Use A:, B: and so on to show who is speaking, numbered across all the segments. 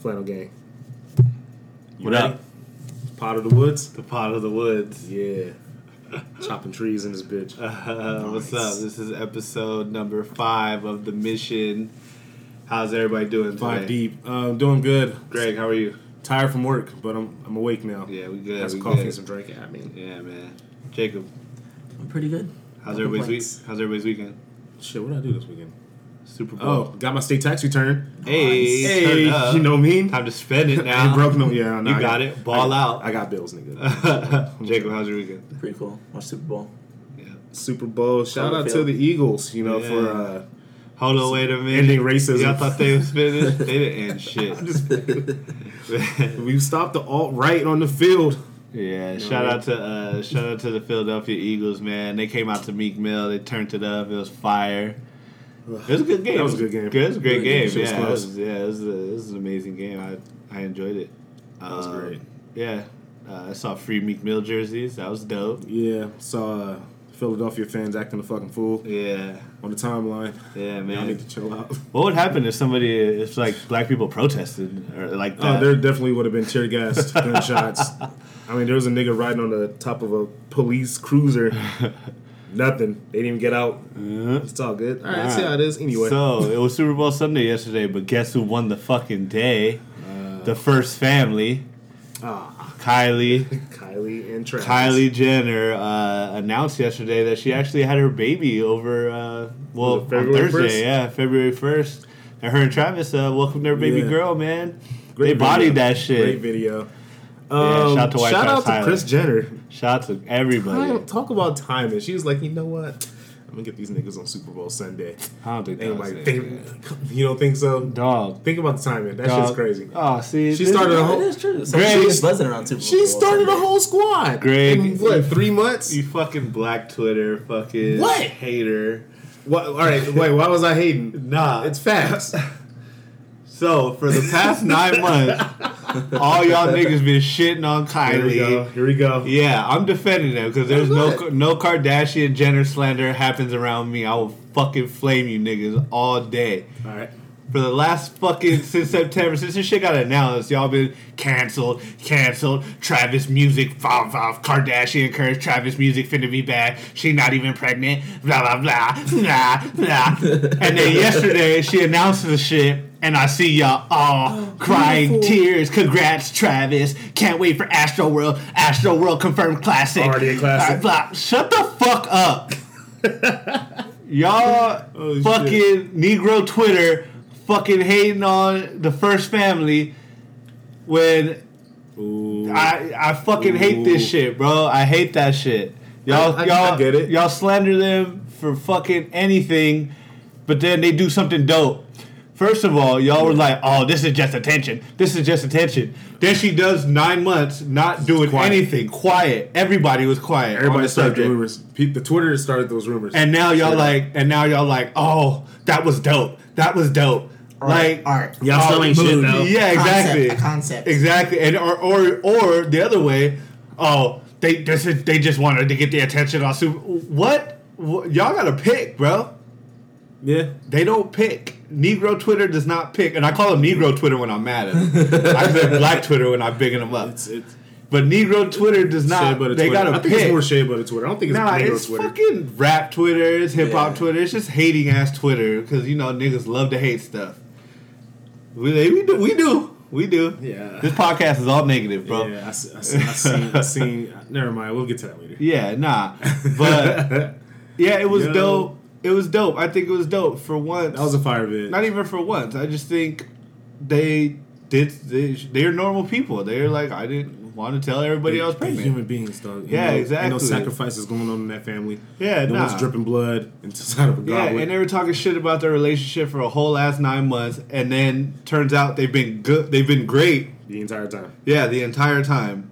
A: Flannel Gang.
B: You know,
A: Pot of the Woods.
B: the pot of the woods.
A: Yeah. Chopping trees in this bitch.
B: Uh, What's
A: Nice.
B: up? This is episode number five of the mission. How's everybody doing today?
A: Five deep. Um, doing good.
B: Greg, how are you?
A: Tired from work, but I'm I'm awake now.
B: Yeah, we good.
A: Got some
B: we
A: coffee
B: good.
A: and some drink. Yeah, I mean,
B: Yeah, man. Jacob,
C: I'm pretty good.
B: how's
C: No
B: everybody's week?
C: complaints.
B: How's everybody's weekend?
A: shit. What did I do this weekend?
B: Super Bowl.
A: Oh, got my state tax return.
B: Hey,
A: Hey,
B: turn up.
A: you know me.
B: Time to spend it
A: I
B: now.
A: ain't broke no. Yeah, no,
B: You
A: I
B: got it. Ball
A: I-
B: out.
A: I got bills, nigga.
B: Jacob, how's your weekend?
C: Pretty cool. Watch Super Bowl.
B: Yeah.
A: Super Bowl. Shout out to
C: Field.
A: the Eagles. You know
B: Yeah.
A: for uh,
B: Hold on, wait a minute.
A: ending racism.
B: Y'all thought they was finished? they didn't end shit.
A: uh, we stopped the alt right on the field.
B: Yeah, shout out to uh, shout out to the Philadelphia Eagles, man. They came out to Meek Mill, they turned it up. It was fire. It was a good game.
A: That was a good game.
B: It was a great
A: Good game.
B: game.
A: Shit was
B: Yeah, it
A: close.
B: was, yeah, it was, a, it was an amazing game. I I enjoyed it. That
A: was great.
B: Yeah, uh, I saw free Meek Mill jerseys. That was dope.
A: Yeah, saw uh, Philadelphia fans acting a fucking fool
B: Yeah,
A: on the timeline.
B: yeah,
A: Y'all need to
B: man.
A: chill out.
B: What would happen if somebody, if like black people protested or like
A: Oh,
B: that?
A: there definitely would have been tear gas, gunshots. I mean, there was a nigga riding on the top of a police cruiser. Nothing. They didn't even get out. It's all good. All right, see how it is. Anyway,
B: So it was Super Bowl Sunday yesterday, but guess who won the fucking day?
A: Uh,
B: the first family.
A: ah,
B: Kylie,
A: Kylie and Travis.
B: Kylie Jenner uh, announced yesterday that she actually had her baby over. Uh,
A: Was
B: well, on
A: it February
B: Thursday,
A: 1st?
B: yeah, February first. And her and Travis uh, welcomed their baby
A: Yeah.
B: girl, man.
A: Great
B: they
A: video.
B: bodied that
A: Great
B: shit.
A: video.
B: Yeah,
A: Um,
B: shout out to White
A: shout out
B: Trash
A: to Chris
B: Highlight.
A: Jenner.
B: Shout out to everybody.
A: Time- Talk about timing. She was like, you know what? I'm gonna get these niggas on Super Bowl Sunday.
B: I don't think that
A: Ain't
B: was
A: like,
B: it,
A: they,
B: man.
A: you don't think so?
B: dog.
A: Think about the timing. That
B: dog.
A: shit's crazy.
B: Oh, see,
A: She
B: this-
A: started a
C: Yeah,
A: whole.
C: it is true. So
B: Greg-
C: she was buzzing around Super Bowl.
A: She started a
C: Sunday.
A: whole squad.
B: Greg.
A: in what three months?
B: You fucking black Twitter, fucking
A: What?
B: hater.
A: What, all right, wait. Why was I hating?
B: Nah,
A: It's facts.
B: So for the past nine months, all y'all niggas been shitting on
A: Here we go.
B: Kylie.
A: Here we go.
B: Yeah, I'm defending them because there's no
A: Good.
B: no Kardashian Jenner slander happens around me. I will fucking flame you niggas all day.
A: All right.
B: For the last fucking since September, since this shit got announced, y'all been canceled, canceled. Travis music, five five Kardashian curse. Travis music finna be back. She not even pregnant. Blah blah blah blah blah. and then yesterday she announced the shit, and I see y'all all crying
A: beautiful.
B: tears. Congrats, Travis! Can't wait for Astro World. Astro World confirmed classic.
A: Already a classic.
B: Uh, blah. Shut the fuck up. Y'all
A: Oh, shit.
B: fucking Negro Twitter fucking hating on the first family when I I fucking hate
A: Ooh.
B: this shit, bro. I hate that shit. Y'all
A: I- I-
B: y'all
A: I get it.
B: Y'all slander them for fucking anything, but then they do something dope. First of all, y'all were like, "Oh, this is just attention. This is just attention." Then she does nine months not doing
A: Quiet.
B: anything. Quiet. Everybody was quiet. on
A: Everybody
B: the
A: started the
B: subject.
A: rumors. Pe- The Twitter started those rumors.
B: And now y'all like, and now y'all like, oh, that was dope. That was dope. like,
C: All right.
A: Y'all still ain't shit
C: mood.
A: though.
B: yeah, exactly,
C: Concept, a concept.
B: exactly, and or or or the other way, oh, they this is, they just wanted to get the attention on Super. What? Wh- y'all gotta pick, bro.
A: Yeah.
B: They don't pick. Negro Twitter does not pick, and I call them Negro Twitter when I'm mad at them. I say Black Twitter when I'm bigging them up.
A: It's, it's
B: But Negro Twitter does
A: shea
B: not.
A: butter
B: They
A: Twitter.
B: gotta
A: I
B: pick.
A: think it's more shea butter Twitter. I don't think it's
B: Nah,
A: Negro
B: it's
A: Twitter.
B: fucking rap Twitter. It's hip hop
C: Yeah.
B: Twitter. It's just hating ass Twitter because you know niggas love to hate stuff. We, they- we do. We do. We do.
A: Yeah.
B: This podcast is all negative, bro.
A: Yeah, I, s- I s- I seen. I seen. Never mind. We'll get to that later.
B: Yeah, nah. But yeah, it was
A: Yo.
B: dope. It was dope. I think it was dope for once.
A: That was a fire vid.
B: not even for once. I just think they did. They, they're normal people. They're like I didn't want to tell everybody I was
A: They're
B: pregnant.
A: Human beings, dog. You
B: Yeah,
A: know,
B: exactly.
A: Ain't no sacrifices going on in that family.
B: Yeah,
A: no
B: nah.
A: one's dripping blood inside of a
B: Yeah,
A: goblet.
B: and they were talking shit about their relationship for a whole last nine months, and then turns out they've been good. They've been great.
A: the entire time.
B: Yeah, the entire time.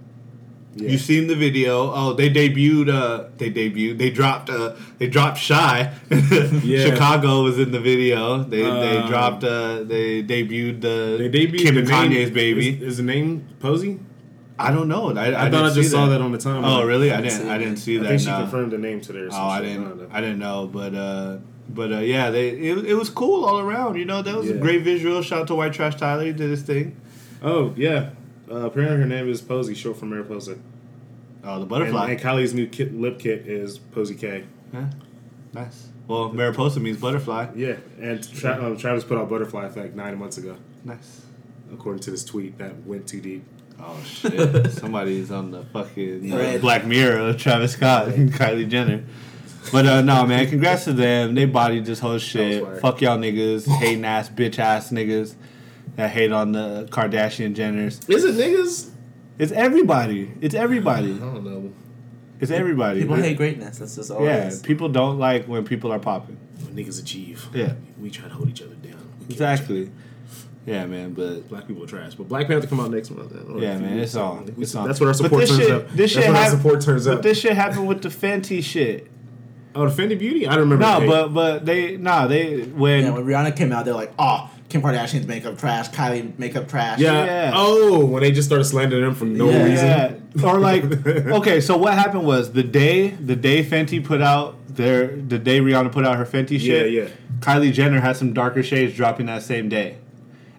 A: Yeah.
B: You've seen the video. Oh, they debuted. Uh, they debuted. They dropped. Uh, they dropped shy.
A: Yeah.
B: Chicago was in the video. They they
A: Um,
B: dropped. Uh, they debuted the
A: They debuted
B: Kim
A: the
B: and Kanye's
A: name-
B: baby.
A: Is, is the name Posey?
B: I don't know. I,
A: I, thought I
B: didn't
A: just
B: see
A: saw that. on the time.
B: Oh really? I
C: didn't
B: didn't.
C: see
B: I
C: it.
B: didn't see
A: I
B: that.
A: think she
B: no.
A: confirmed the name today. Or some
B: Oh, I
A: shit.
B: didn't.
A: don't know.
B: I didn't know, but uh, but uh, yeah, they it, it was cool all around. You know, that was
A: Yeah.
B: a great visual. Shout out to White Trash Tyler. He did his thing.
A: Oh yeah. Uh, apparently her name is Posey, short for Mary Posey.
B: Oh, the
A: And,
B: butterfly.
A: and Kylie's new kit, lip kit is Posey K.
B: Huh? Nice. Well, Mariposa means butterfly.
A: Yeah, and Tra- um, Travis put out Butterfly Effect nine months ago,
B: Nice.
A: according to this tweet that went too deep.
B: Oh shit! Somebody's on the fucking uh,
C: Right.
B: Black Mirror of Travis Scott and Kylie Jenner. But uh, no, man, congrats to them. They bodied this whole shit.
A: fire.
B: Fuck y'all niggas, hating ass, bitch ass niggas that hate on the Kardashian Jenners.
A: Is it niggas?
B: It's everybody. It's
A: I
B: everybody.
A: don't know.
B: It's everybody.
C: People hate greatness. That's just all. it
B: yeah,
C: is.
B: people don't like when people are popping.
A: When niggas achieve,
B: Yeah.
A: we try to hold each other down. We can't-
B: Exactly. Yeah, man, but
A: Black people are trash, but Black Panther come out next month. I don't know
B: Yeah,
A: if
B: man,
A: you-
B: it's on.
A: We-
B: It's on.
A: That's what our
B: But
A: support
B: this
A: turns
B: shit-
A: up.
B: this
A: That's
B: shit
A: what our
B: hap-
A: support turns up.
B: But this shit happened with the Fenty shit.
A: oh, the Fendi Beauty? I don't remember.
B: No,
A: the date.
B: but but they nah they when
C: Yeah, when Rihanna came out, they're like, "Oh, Kim Kardashian's makeup trash. Kylie makeup trash."
A: yeah.
B: yeah.
A: Oh, when they just started slandering them for no
C: Yeah.
A: reason.
B: yeah or like okay so what happened was the day the day Fenty put out their the day Rihanna put out her Fenty shit
A: Yeah, yeah.
B: Kylie Jenner had some darker shades dropping that same day.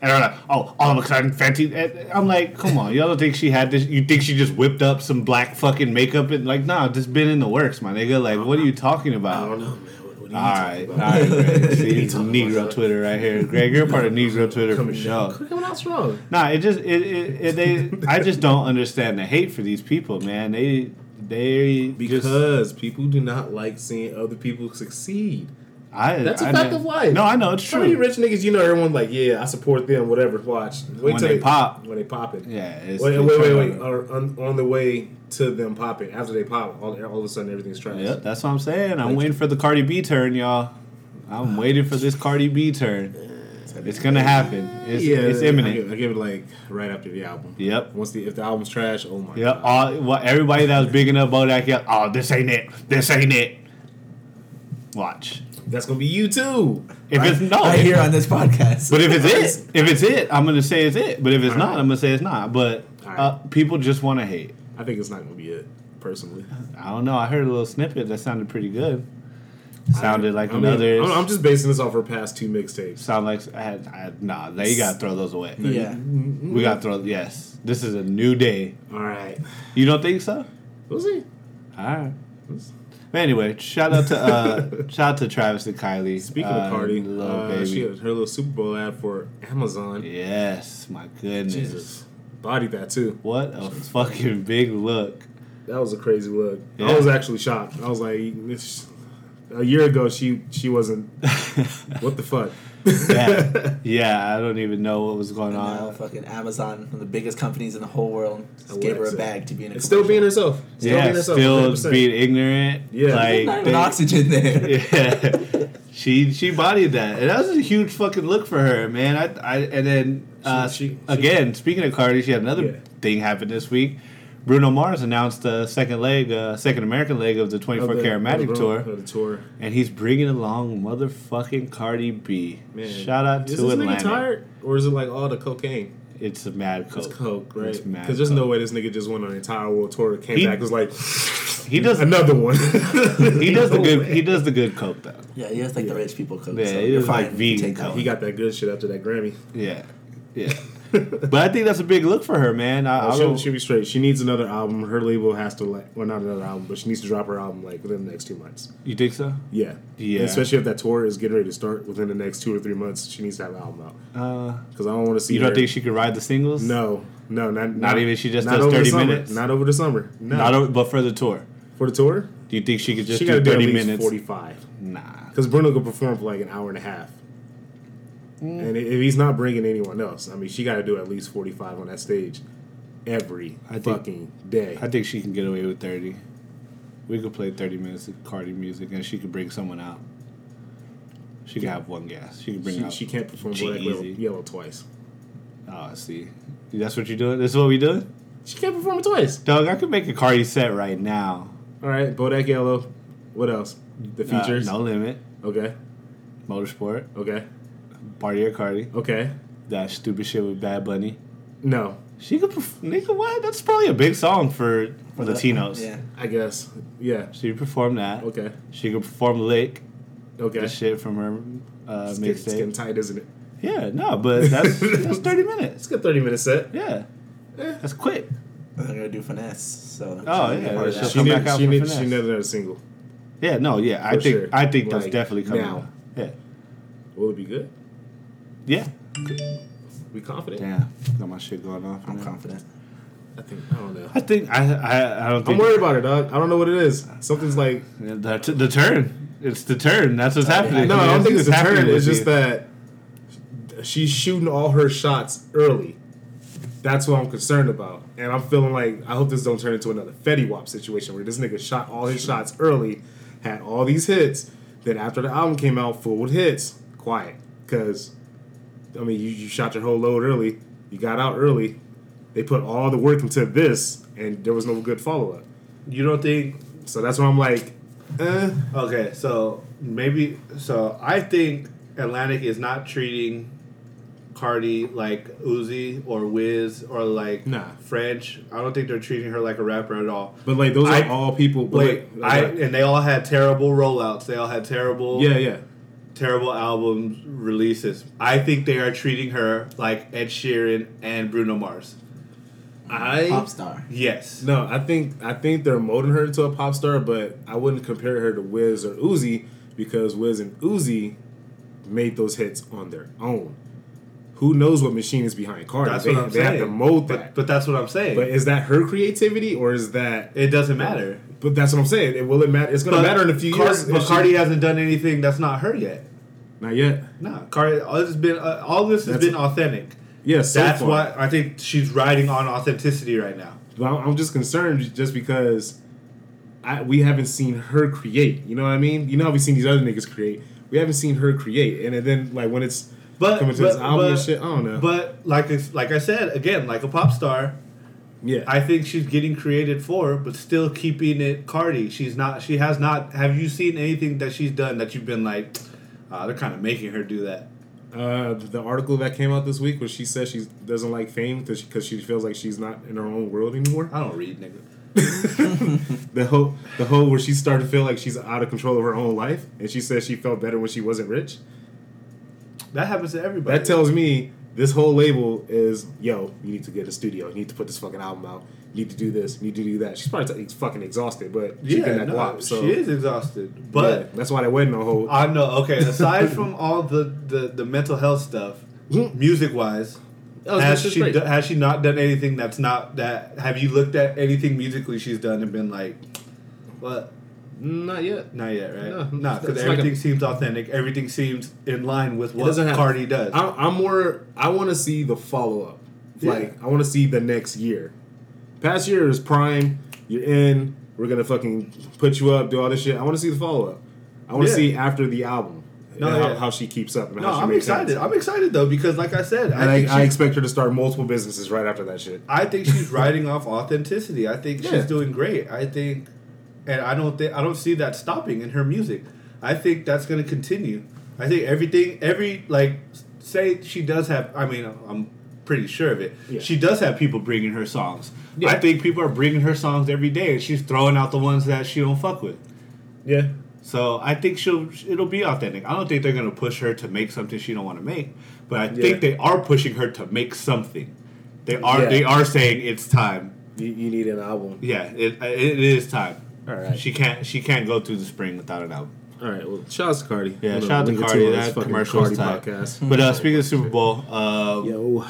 B: And I'm like, oh, all of a sudden, Fenty. and I'm like, come on, y'all don't think she had this? You think she just whipped up some black fucking makeup and like, nah, just been in the works, my nigga. Like, what are you talking
A: I
B: about?
A: don't know, man. What, what are you
B: All
A: talking
B: right, all
A: about?
B: right, Greg. See,
A: He's talking
B: Negro
A: about that.
B: Twitter right here, Greg. You're part of Negro Twitter for
A: Coming
B: sure.
A: Look at what else wrong.
B: Nah, it just it, it, it they. I just don't understand the hate for these people, man. They they
A: Because
B: just,
A: people do not like seeing other people succeed.
B: I,
A: That's a
B: I
A: fact
B: know-
A: of life.
B: No, I know it's
A: How many
B: true.
A: rich niggas you know? Everyone like, yeah, I support them. Whatever. Watch. Wait
B: When they pop.
A: When they pop it.
B: yeah, it's,
A: Wait,
B: it's
A: wait, wait,
B: true.
A: wait. Are on, on the way to them popping. After they pop, all, all of a sudden everything's trash.
B: Yep, that's what I'm saying. I'm waiting for the Cardi B turn, y'all. I'm waiting for this Cardi B turn. It's gonna happen. It's,
A: yeah,
B: it's
A: I
B: imminent.
A: give- I give it like right after the album.
B: Yep.
A: Once the if the album's trash, oh my
B: Yep.
A: god.
B: All, well, everybody that was big enough Bodak, yelled, oh, this ain't it. This ain't it. Watch.
A: That's gonna be you too.
B: If it's no,
C: Right here on this podcast.
B: But if it's it, if it's it, I'm gonna say it's it. But if it's
A: All
B: not,
A: right.
B: I'm gonna say it's not. But
A: All right.
B: uh, people just want to hate.
A: I think it's not gonna be it personally.
B: I don't know. I heard a little snippet that sounded pretty good. Sounded like
A: I mean,
B: another.
A: I'm, I'm just basing this off her past two mixtapes.
B: sound like I had, I had, nah. They gotta throw those away.
C: yeah,
B: we gotta throw. Yes, this is a new day.
A: Mm-hmm. All right.
B: You don't think so?
A: We'll see.
B: All right. But anyway, shout out to uh, shout out to Travis and Kylie.
A: Speaking
B: uh,
A: of Cardi,
B: little
A: uh,
B: baby.
A: she had her little Super Bowl ad for Amazon.
B: yes, my goodness,
A: Jesus, bodied that too.
B: what a fucking big look.
A: That was a crazy look.
B: Yeah.
A: I was actually shocked. I was like, this- a year ago she she wasn't. What the fuck?
B: yeah, yeah, I don't even know what was going
C: now
B: on.
C: fucking Amazon, one of the biggest companies in the whole world, just gave her a
A: Alexa.
C: bag to be in. A
A: It's still being herself. Still
B: yeah,
A: being herself.
B: still
A: 100%.
B: being ignorant.
A: Yeah.
B: like
C: Not
B: they-
C: even oxygen there.
B: yeah, she she bodied that, and that was a huge fucking look for her, man. I, I and then uh,
A: She- she-
B: again, speaking of Cardi, she had another
A: Yeah.
B: thing happen this week. Bruno Mars announced the second leg, uh, second American leg of the 24
A: Of the-
B: Karat Magic
A: of the-
B: Tour,
A: of the tour.
B: and he's bringing along motherfucking Cardi B.
A: Man,
B: Shout out
A: is
B: to
A: this
B: Atlanta.
A: nigga tired, or is it like all the cocaine?
B: It's a mad
A: It's
B: coke.
A: coke, right?
B: It's mad
A: Because there's no way this nigga just went on an entire world tour, came
B: He-
A: back, was like,
B: He does.
A: another one.
B: He does the
A: No
B: good.
A: way.
B: He does the good coke though.
C: Yeah, he has like the rich people code.
B: Yeah,
C: so
B: he
C: you're
B: was, like,
C: fine. You can
B: vegan
C: take that.
A: He got that good shit after that Grammy.
B: Yeah, yeah. but I think that's a big look for her, man. I, I
A: She'll,
B: don't,
A: she'll be straight. Oh, She needs another album. Her label has to like, well, not another album, but she needs to drop her album like within the next two months.
B: you think so?
A: Yeah,
B: Yeah.
A: Especially if that tour is getting ready to start within the next two or three months, she needs to have an album out.
B: Uh,
A: Because I don't want to see.
B: you don't
A: her-
B: think she could ride the singles?
A: No, no, not not,
B: even she just
A: not
B: does
A: over the
B: 30
A: summer.
B: minutes?
A: Not over the summer. No,
B: not over, but for the tour.
A: for the tour,
B: Do you think she could just
A: she got
B: do
A: to do at
B: thirty
A: least
B: minutes?
A: forty-five.
B: Nah.
A: Because Bruno could perform for like an hour and a half. And i- if he's not bringing anyone else, I mean, she got to do at least 45 on that stage every
B: I think-
A: fucking day.
B: I think she can get away with thirty. We could play thirty minutes of Cardi music, and she could bring someone out. She could have one guest. She could bring
A: she,
B: out.
A: she can't perform for like
B: G-Eazy.
A: yellow, yellow twice.
B: Oh, I see. That's what you're doing. This is what we doing,
A: She can't perform it twice.
B: dog. I could make a Cardi set right now.
A: All right, Bodak Yellow. What else? The
B: Uh,
A: features.
B: no limit.
A: Okay,
B: Motorsport.
A: okay,
B: Party or Cardi.
A: okay.
B: That stupid shit with Bad Bunny.
A: No,
B: She could, perf- nigga, what? That's probably a big song for, for
C: that-
B: Latinos.
C: Yeah.
A: I guess. Yeah.
B: She performed that.
A: Okay,
B: She could perform Lick,
A: okay.
B: the shit from her uh,
A: It's, get- it's getting
B: mixtape.
A: tight, isn't it?
D: uh, Yeah, no, but that's that's thirty minutes.
A: It's a good thirty minute set.
D: Yeah,
A: Eh.
D: that's quick.
C: I'm gonna do finesse.
D: Oh,
C: So she's
D: yeah,
C: part of
D: that's
C: that.
D: just-
A: She
D: Come back
A: needs
D: out
A: she
D: for
A: needs she
D: finesse.
A: needs another single.
D: Yeah, no, yeah. I
A: For
D: think
A: sure.
D: I think that's
A: Like,
D: definitely coming.
A: now.
D: Now. Yeah,
A: Will it be good?
D: yeah.
A: We confident?
D: Damn, got my shit going off.
C: I'm
D: man.
C: confident.
A: I think I don't know.
D: I think I I, I don't
A: I'm
D: think
A: worried about it, dog. I don't know what it is. Something's like
D: the, t- the turn. It's the turn. That's what's happening.
A: no, I don't
D: That's
A: think it's a
D: what's
A: turn.
D: happening
A: It's
D: with
A: just
D: you.
A: that she's shooting all her shots early. That's what I'm concerned about, and I'm feeling like I hope this don't turn into another Fetty Wap situation where this nigga shot all his shots early, had all these hits, then after the album came out, full with hits, quiet, because I mean you, you shot your whole load early, you got out early, they put all the work into this, and there was no good follow up.
B: You don't think
A: So that's why I'm like, eh.
B: Okay, so maybe so I think Atlantic is not treating Cardi like Uzi or Wiz or like
A: Nah.
B: French. I don't think they're treating her like a rapper at all.
A: But like those
B: I-
A: are all people. but,
B: Wait,
A: like-
B: I and they all had terrible rollouts. They all had terrible
A: yeah, yeah.
B: terrible album releases. I think they are treating her like Ed Sheeran and Bruno Mars.
A: I
C: Pop star.
B: Yes.
A: no, I think I think they're molding her into a pop star, but I wouldn't compare her to Wiz or Uzi because Wiz and Uzi made those hits on their own. Who knows what machine is behind Cardi?
B: That's
A: they
B: what I'm
A: they
B: saying.
A: have to mold
B: but,
A: that.
B: but that's what I'm saying.
A: but is that her creativity or is that?
B: it doesn't matter.
A: But that's what I'm saying. It will it matter? It's gonna matter in a few
B: Car-
A: years.
B: But
A: if she-
B: Cardi hasn't done anything that's not her yet.
A: not yet.
B: Nah, Cardi. All this has been uh, all this has
A: That's-
B: been authentic.
A: Yes,
B: That's
A: so far.
B: why I think she's riding on authenticity right now.
A: But I'm I'm just concerned just because I we haven't seen her create. You know what I mean? You know how we've seen these other niggas create. We haven't seen her create, and then like when it's
B: But
A: coming to
B: but,
A: this album and
B: but-
A: shit, I don't know.
B: But like it's- like I said again, like a pop star,
A: yeah,
B: I think she's getting created for, but still keeping it Cardi. She's not. She has not. Have you seen anything that she's done that you've been like, uh, they're kind of making her do that?
A: uh, the article that came out this week where she says she doesn't like fame because she, feels like she's not in her own world anymore.
B: I don't read, nigga.
A: The whole the whole where she started to feel like she's out of control of her own life, and she says she felt better when she wasn't rich.
B: That happens to everybody.
A: That tells me this whole label is yo. You need to get a studio. You need to put this fucking album out. You need to do this. You need to do that. She's probably t- fucking exhausted, but she's
B: yeah,
A: getting that
B: no,
A: guap. So
B: she is Uh, exhausted,
A: but
B: but
A: that's why they waiting on hold.
B: I know. Okay, aside from all the, the, the mental health stuff,
A: Mhm.
B: music wise,
A: Oh, it's
B: has
A: just
B: she
A: great.
B: do, has she not done anything that's not that? Have you looked at anything musically she's done and been like, what?
A: Not yet.
B: Not yet, right?
A: No,
B: nah, because
A: it's like a-
B: everything seems authentic. Everything seems in line with what
A: doesn't have-
B: Cardi does.
A: I, I'm more. I want to see the follow up.
B: Yeah.
A: Like I want to see the next year. Past year is prime. You're in. We're gonna fucking put you up. Do all this shit. I want to see the follow up. I want to
B: Yeah.
A: see after the album.
B: No,
A: and how,
B: yeah.
A: how she keeps up. And
B: no,
A: how she
B: I'm
A: makes
B: excited.
A: hits.
B: I'm excited though because, like I said,
A: And
B: I, think
A: I, I
B: she's-
A: expect her to start multiple businesses right after that shit.
B: I think she's riding off authenticity. I think
A: Yeah.
B: she's doing great. I think, and I don't think I don't see that stopping in her music. I think that's going to continue. I think everything, every like, say she does have. I mean, I'm pretty sure of it.
A: Yeah.
B: She does have people bringing her songs.
A: Yeah.
B: I think people are bringing her songs every day, and she's throwing out the ones that she don't fuck with.
A: Yeah.
B: So I think she'll it'll be authentic. I don't think they're gonna push her to make something she don't want to make, but I
A: Yeah.
B: think they are pushing her to make something. They are
A: Yeah.
B: they are saying it's time.
A: You, you need an album.
B: Yeah, it, it is time.
A: All right.
B: She can't she can't go through the spring without an album.
A: All right. Well, shout out to Cardi.
B: Yeah,
A: Hold on,
B: shout out to
A: link it
B: Cardi.
A: her.
B: That
A: It's fucking
B: commercial is tight.
A: podcast.
B: But uh, speaking of Super Bowl, uh,
A: Yo,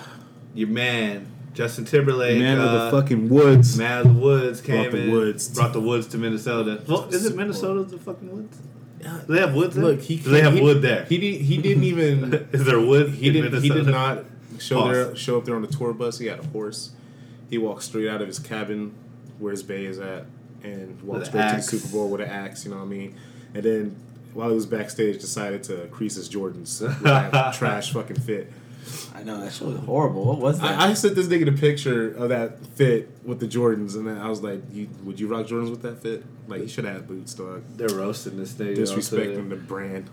B: your man Justin Timberlake,
A: man
B: uh,
A: of the fucking woods.
B: man of the woods came
A: Brought the
B: in,
A: woods.
B: brought the woods to Minnesota. Well, is it
A: Super Bowl.
B: Minnesota the fucking woods? Do they have woods? There?
A: Look, he
B: do they have
A: he-
B: wood there?
A: He did. He didn't even.
B: Is there wood?
A: he
B: in
A: did. He did
B: Minnesota?
A: not show there,
B: Pause.
A: show up there on the tour bus. He had a horse. He walked straight out of his cabin, where his bay is at, and walked
B: an
A: straight
B: axe.
A: to the Super Bowl with an axe. You know what I mean? And then while he was backstage, decided to crease his Jordans. with that trash fucking fit.
C: I know that shit was horrible. What was that?
A: I, I sent this nigga the picture of that fit with the Jordans, and then I was like, you, "Would you rock Jordans with that fit? Like, you should have boots, dog.
B: They're roasting this thing.
A: Disrespecting the brand."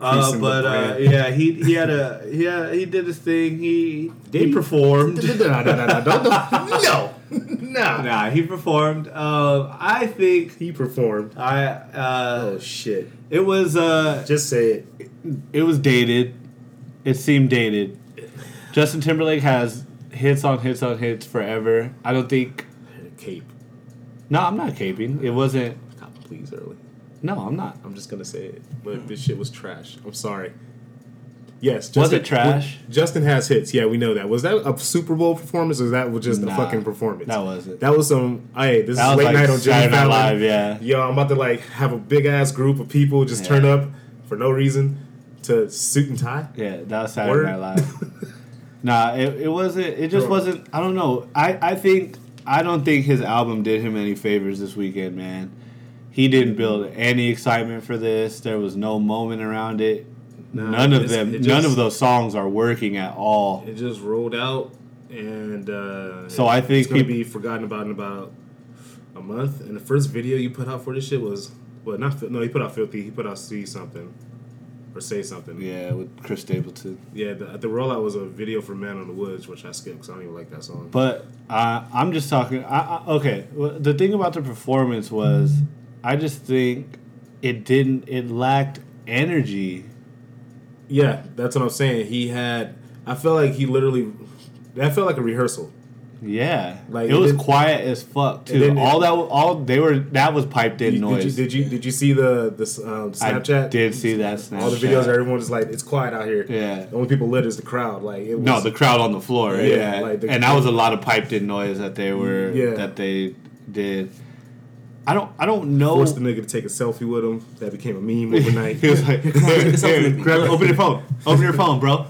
B: Uh,
A: creasing
B: but
A: the
B: uh,
A: brand.
B: yeah, he he had a yeah he did his thing. He
A: Did
B: he
A: he?
B: performed.
A: No, no, no, no, don't- don't- no, nah.
B: nah, he performed. Um, I think
A: He performed.
B: I uh,
A: shit!
B: it was uh
A: Just say it.
D: It was dated.
B: It seemed dated. Justin Timberlake has hits on hits on hits forever. I don't think.
A: Cape.
B: No, I'm not caping. It wasn't.
A: God, please, early.
B: No, I'm not.
A: I'm just gonna say it,
B: Hmm.
A: but this shit was trash. I'm sorry. Yes,
B: Was it trash?
A: Justin has hits. Yeah, we know that. Was that a Super Bowl performance, or was that was just a
B: Nah,
A: fucking performance?
B: that wasn't.
A: That was some. Hey, this is
B: That was
A: late
B: like
A: night on Jimmy
B: Saturday Night
A: Fallon.
B: Live, yeah.
A: Yo, I'm about to like have a big ass group of people just
B: Yeah.
A: turn up for no reason to suit and tie.
B: Yeah, that was Saturday
A: Word.
B: Night Live. nah, it, it wasn't. It just
A: Bro.
B: wasn't. I don't know. I I think I don't think his album did him any favors this weekend, man. He didn't build any excitement for this. There was no moment around it.
A: Nah,
B: none of
A: it's-
B: them.
A: it
B: none
A: just-
B: of those songs are working at all.
A: It just rolled out, and uh,
B: So I think
A: it's gonna
B: peop-
A: be forgotten about in about a month. And the first video you put out for this shit was well, not Fil- no, he put out filthy. He put out see something or say something.
B: Yeah, with Chris Stapleton.
A: Yeah, the, the rollout was a video for Man on the Woods, which I skipped because I don't even like that song.
B: But uh, I'm just talking. I, I, okay, well, the thing about the performance was, I just think it didn't. It lacked energy.
A: yeah, that's what I'm saying. He had, I felt like he literally, that felt like a rehearsal.
B: Yeah,
A: Like,
B: it
A: it
B: was
A: didn't-
B: quiet as fuck too.
A: didn't-
B: all that, all they were, that was piped in
A: Did,
B: noise.
A: did you did you did you see the this um, Snapchat?
B: I did see that Snapchat.
A: All the videos, everyone just like it's quiet out here.
B: Yeah.
A: the only people lit is the crowd. Like it was,
B: No, the crowd on the floor. Yeah,
A: Yeah, like the-
B: and that was a lot of piped in noise that they were
A: Yeah.
B: that they did. I don't, I don't know.
A: forced the nigga to take a selfie with him. That became a meme overnight.
B: he was like, "Here, here, grab, open your phone, open your phone, bro.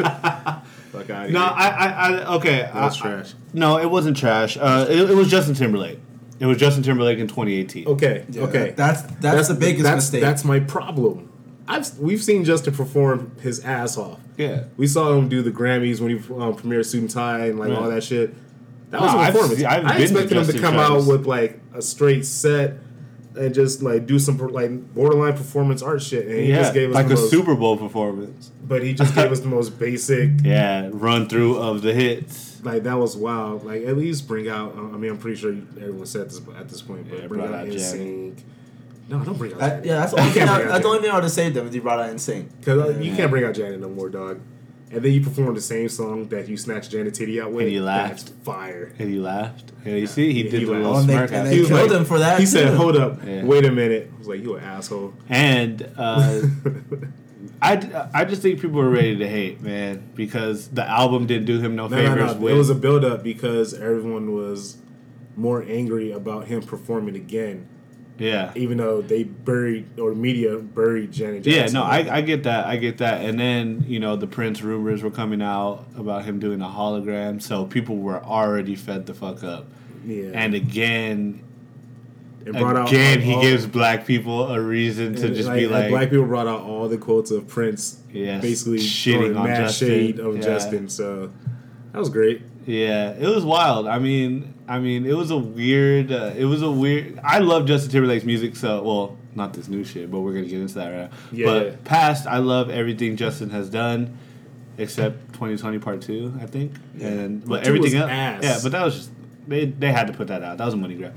A: Fuck outta here.
B: No, I, I, I okay.
A: That's
B: I-
A: trash.
B: No, it wasn't trash. Uh, it, it was Justin Timberlake. It was Justin Timberlake in 2018.
A: Okay,
C: Yeah,
A: okay.
C: that- that's that's, the biggest
A: that's,
C: mistake.
A: That's my problem. I've we've seen Justin perform his ass off.
B: Yeah.
A: We saw him do the Grammys when he um, premiered Suit and Tie and like
B: Yeah.
A: all that shit. That
B: No,
A: was a
B: I've
A: performance.
B: seen-
A: i
B: I've been to
A: expected him to
B: Justin
A: come
B: Trudeau's.
A: out with like a straight set and just like do some like borderline performance art shit. And he
B: yeah,
A: just gave us
B: like
A: the
B: a
A: most,
B: Super Bowl performance.
A: but he just gave us the most basic.
B: Yeah, run through of the hits.
A: Like that was wild. Like at least bring out. uh, I mean, I'm pretty sure everyone said this at this point, but
B: Yeah,
A: bring
B: brought
A: out
B: out Janet.
A: NSYNC. No, don't bring out.
C: That-
A: Janet.
C: yeah, that's the
A: You
C: only thing.
A: can't
C: I,
A: bring out
C: that's
A: Janet.
C: the only thing I would have saved them if you brought out Insane.
A: Because you can't bring out Janet no more, dog. And then you perform the same song that you snatched Janet Titty out with.
B: And you laughed.
A: That's fire.
B: And he laughed. Yeah, you see, he
A: Yeah,
B: did
A: he
B: the
A: laughed.
B: little
C: Oh, and they-
B: smirk.
C: and
B: at
C: they
B: you.
A: was
C: killed him for that,
A: He said,
C: too.
A: "Hold up,
B: Yeah.
A: wait a minute." I was like, "You an asshole."
B: And uh, I, I just think people were ready to hate, man, because the album didn't do him no,
A: No,
B: favors.
A: no, no.
B: with,
A: It was a build up because everyone was more angry about him performing again,
B: yeah.
A: even though they buried or media buried Janet.
B: Yeah,
A: Jackson.
B: no, I, I get that. I get that. And then, you know, the Prince rumors were coming out about him doing a hologram. So people were already fed the fuck up.
A: yeah,
B: And again,
A: It
B: again, he
A: all-
B: gives black people a reason to
A: and
B: just be like,
A: black people brought out all the quotes of Prince,
B: Yes,
A: basically
B: shitting
A: throwing
B: on
A: mad
B: Justin.
A: shade of
B: Yeah.
A: Justin. So that was great.
B: yeah, it was wild. I mean, I mean, it was a weird, uh, it was a weird. I love Justin Timberlake's music. So, well, not this new shit, but we're gonna get into that right now.
A: Yeah.
B: But past, I love everything Justin has done. Except 2020 Part Two, I think, and but
A: Part Two
B: everything
A: was
B: else,
A: ass.
B: yeah. But that was just they they had to put that out. That was a money grab.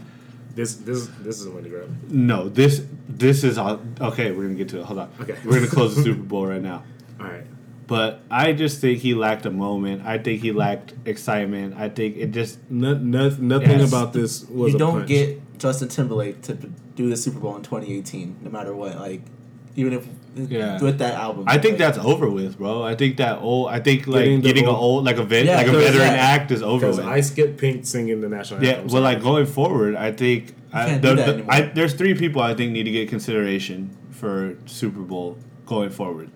A: This this this is when to grab.
B: No, this this is all okay. We're gonna get to it. Hold on.
A: Okay.
B: we're gonna close the Super Bowl right now.
A: All right.
B: But I just think he lacked a moment. I think he lacked excitement. I think it just
A: No, no, nothing
B: Yes.
A: about this was
C: You
A: a
C: don't
A: punch.
C: get Justin Timberlake to p- do the Super Bowl in 2018, no matter what. Like, even if
B: Yeah.
C: with that album,
B: I think
C: like,
B: that's over with, bro. I think that old I think like
A: Getting
B: getting,
A: the
B: a
A: old-
B: old like a vet,
C: Yeah,
B: like a
C: because-
B: veteran
C: yeah.
B: act is over
A: because
B: with.
A: I skipped Pink singing the national
B: yeah,
A: anthem.
B: well like going forward, I think I,
C: can't
B: the,
C: do that
B: the,
C: anymore.
B: I there's three people I think need to get consideration for Super Bowl going forward.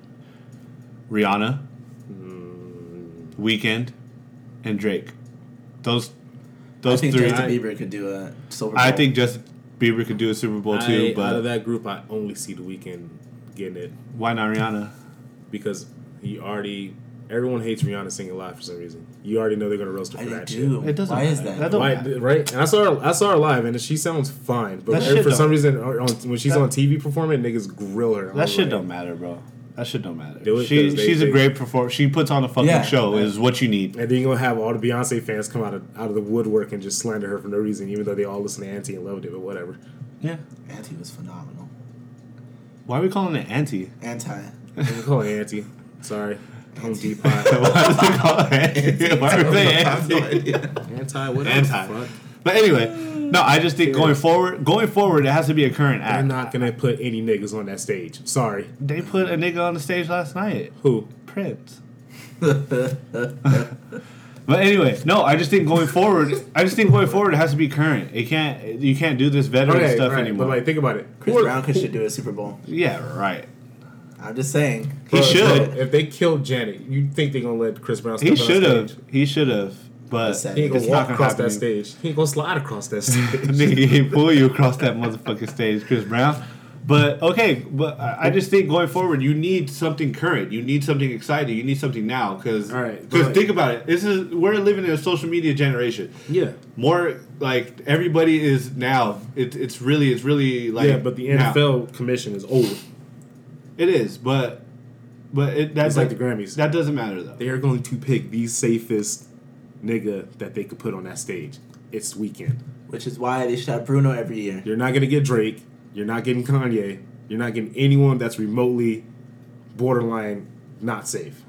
B: Rihanna, Weekend, and Drake. Those
C: I
B: those
C: think
B: three
C: Justin Bieber could do a Super Bowl. uh,
B: I think Justin Bieber could do a Super Bowl too,
A: I, out
B: but
A: of that group, I only see the weekend getting it
B: why not Rihanna?
A: because he already. Everyone hates Rihanna singing live for some reason. You already know they're gonna roast her
C: I
A: for that
C: do.
A: shit.
B: It doesn't
C: Why is
B: matter.
C: that?
B: That don't-
A: Why, right? And I saw her, I saw her live, and she sounds fine. But
B: That shit
A: for some
B: don't-
A: reason, uh, on, on- when she's
B: that-
A: on TV performing, niggas grill her. I
B: That
A: was
B: shit
A: like,
B: don't matter, bro. That shit don't matter.
A: Do it,
B: she
A: 'cause they-
B: she's a
A: they-
B: great performer. She puts on a fucking
C: Yeah.
B: show. Is what you need.
A: And then you're gonna have all the Beyonce fans come out of out of the woodwork and just slander her for no reason, even though they all listen to Auntie and loved it. But whatever.
B: Yeah.
C: Anti was phenomenal.
B: Why are we calling it anti?
C: Anti.
A: I'm calling Auntie. Sorry. Home Depot.
B: Why is it called anti? Why are they anti?
A: Anti what?
B: Anti.
A: the fuck?
B: But anyway, no, I just think going forward, going forward, it has to be a current
A: They're
B: act.
A: not gonna put any niggas on that stage. Sorry.
B: They put a nigga on the stage last night.
A: Who?
B: Prince. but anyway, no, I just think going forward, I just think going forward, it has to be current. It can't, you can't do this veteran
A: Okay,
B: stuff
A: right,
B: anymore.
A: But like, think about it.
C: Chris
A: Who are-
C: Brown could should do a Super Bowl.
B: yeah, right.
C: I'm just saying.
B: He
A: Bro,
B: should.
A: bro, if they killed Janet, you think they're gonna let Chris Brown?
B: He
A: step on
B: should have.
A: stage?
B: He should have. But
C: That's sad.
A: He ain't gonna
B: It's not
A: walk
B: gonna
A: across
B: happen.
A: that stage. He ain't gonna slide across that stage.
B: nigga, he pull you across that motherfucking stage, Chris Brown. But okay, but I I just think going forward, you need something current. You need something exciting. You need something now, because
A: All right,
B: because
A: but-
B: think about it. This is we're living in a social media generation.
A: yeah.
B: more like everybody is now. It's it's really it's really like
A: yeah, but the
B: now.
A: NFL commission is old.
B: it is, but but it
A: It's
B: that's
A: like the Grammys.
B: That doesn't matter though.
A: They are going to pick the safest nigga that they could put on that stage. It's weekend.
C: Which is why they should have Bruno every year.
A: You're not gonna get Drake. You're not getting Kanye. You're not getting anyone that's remotely borderline not safe.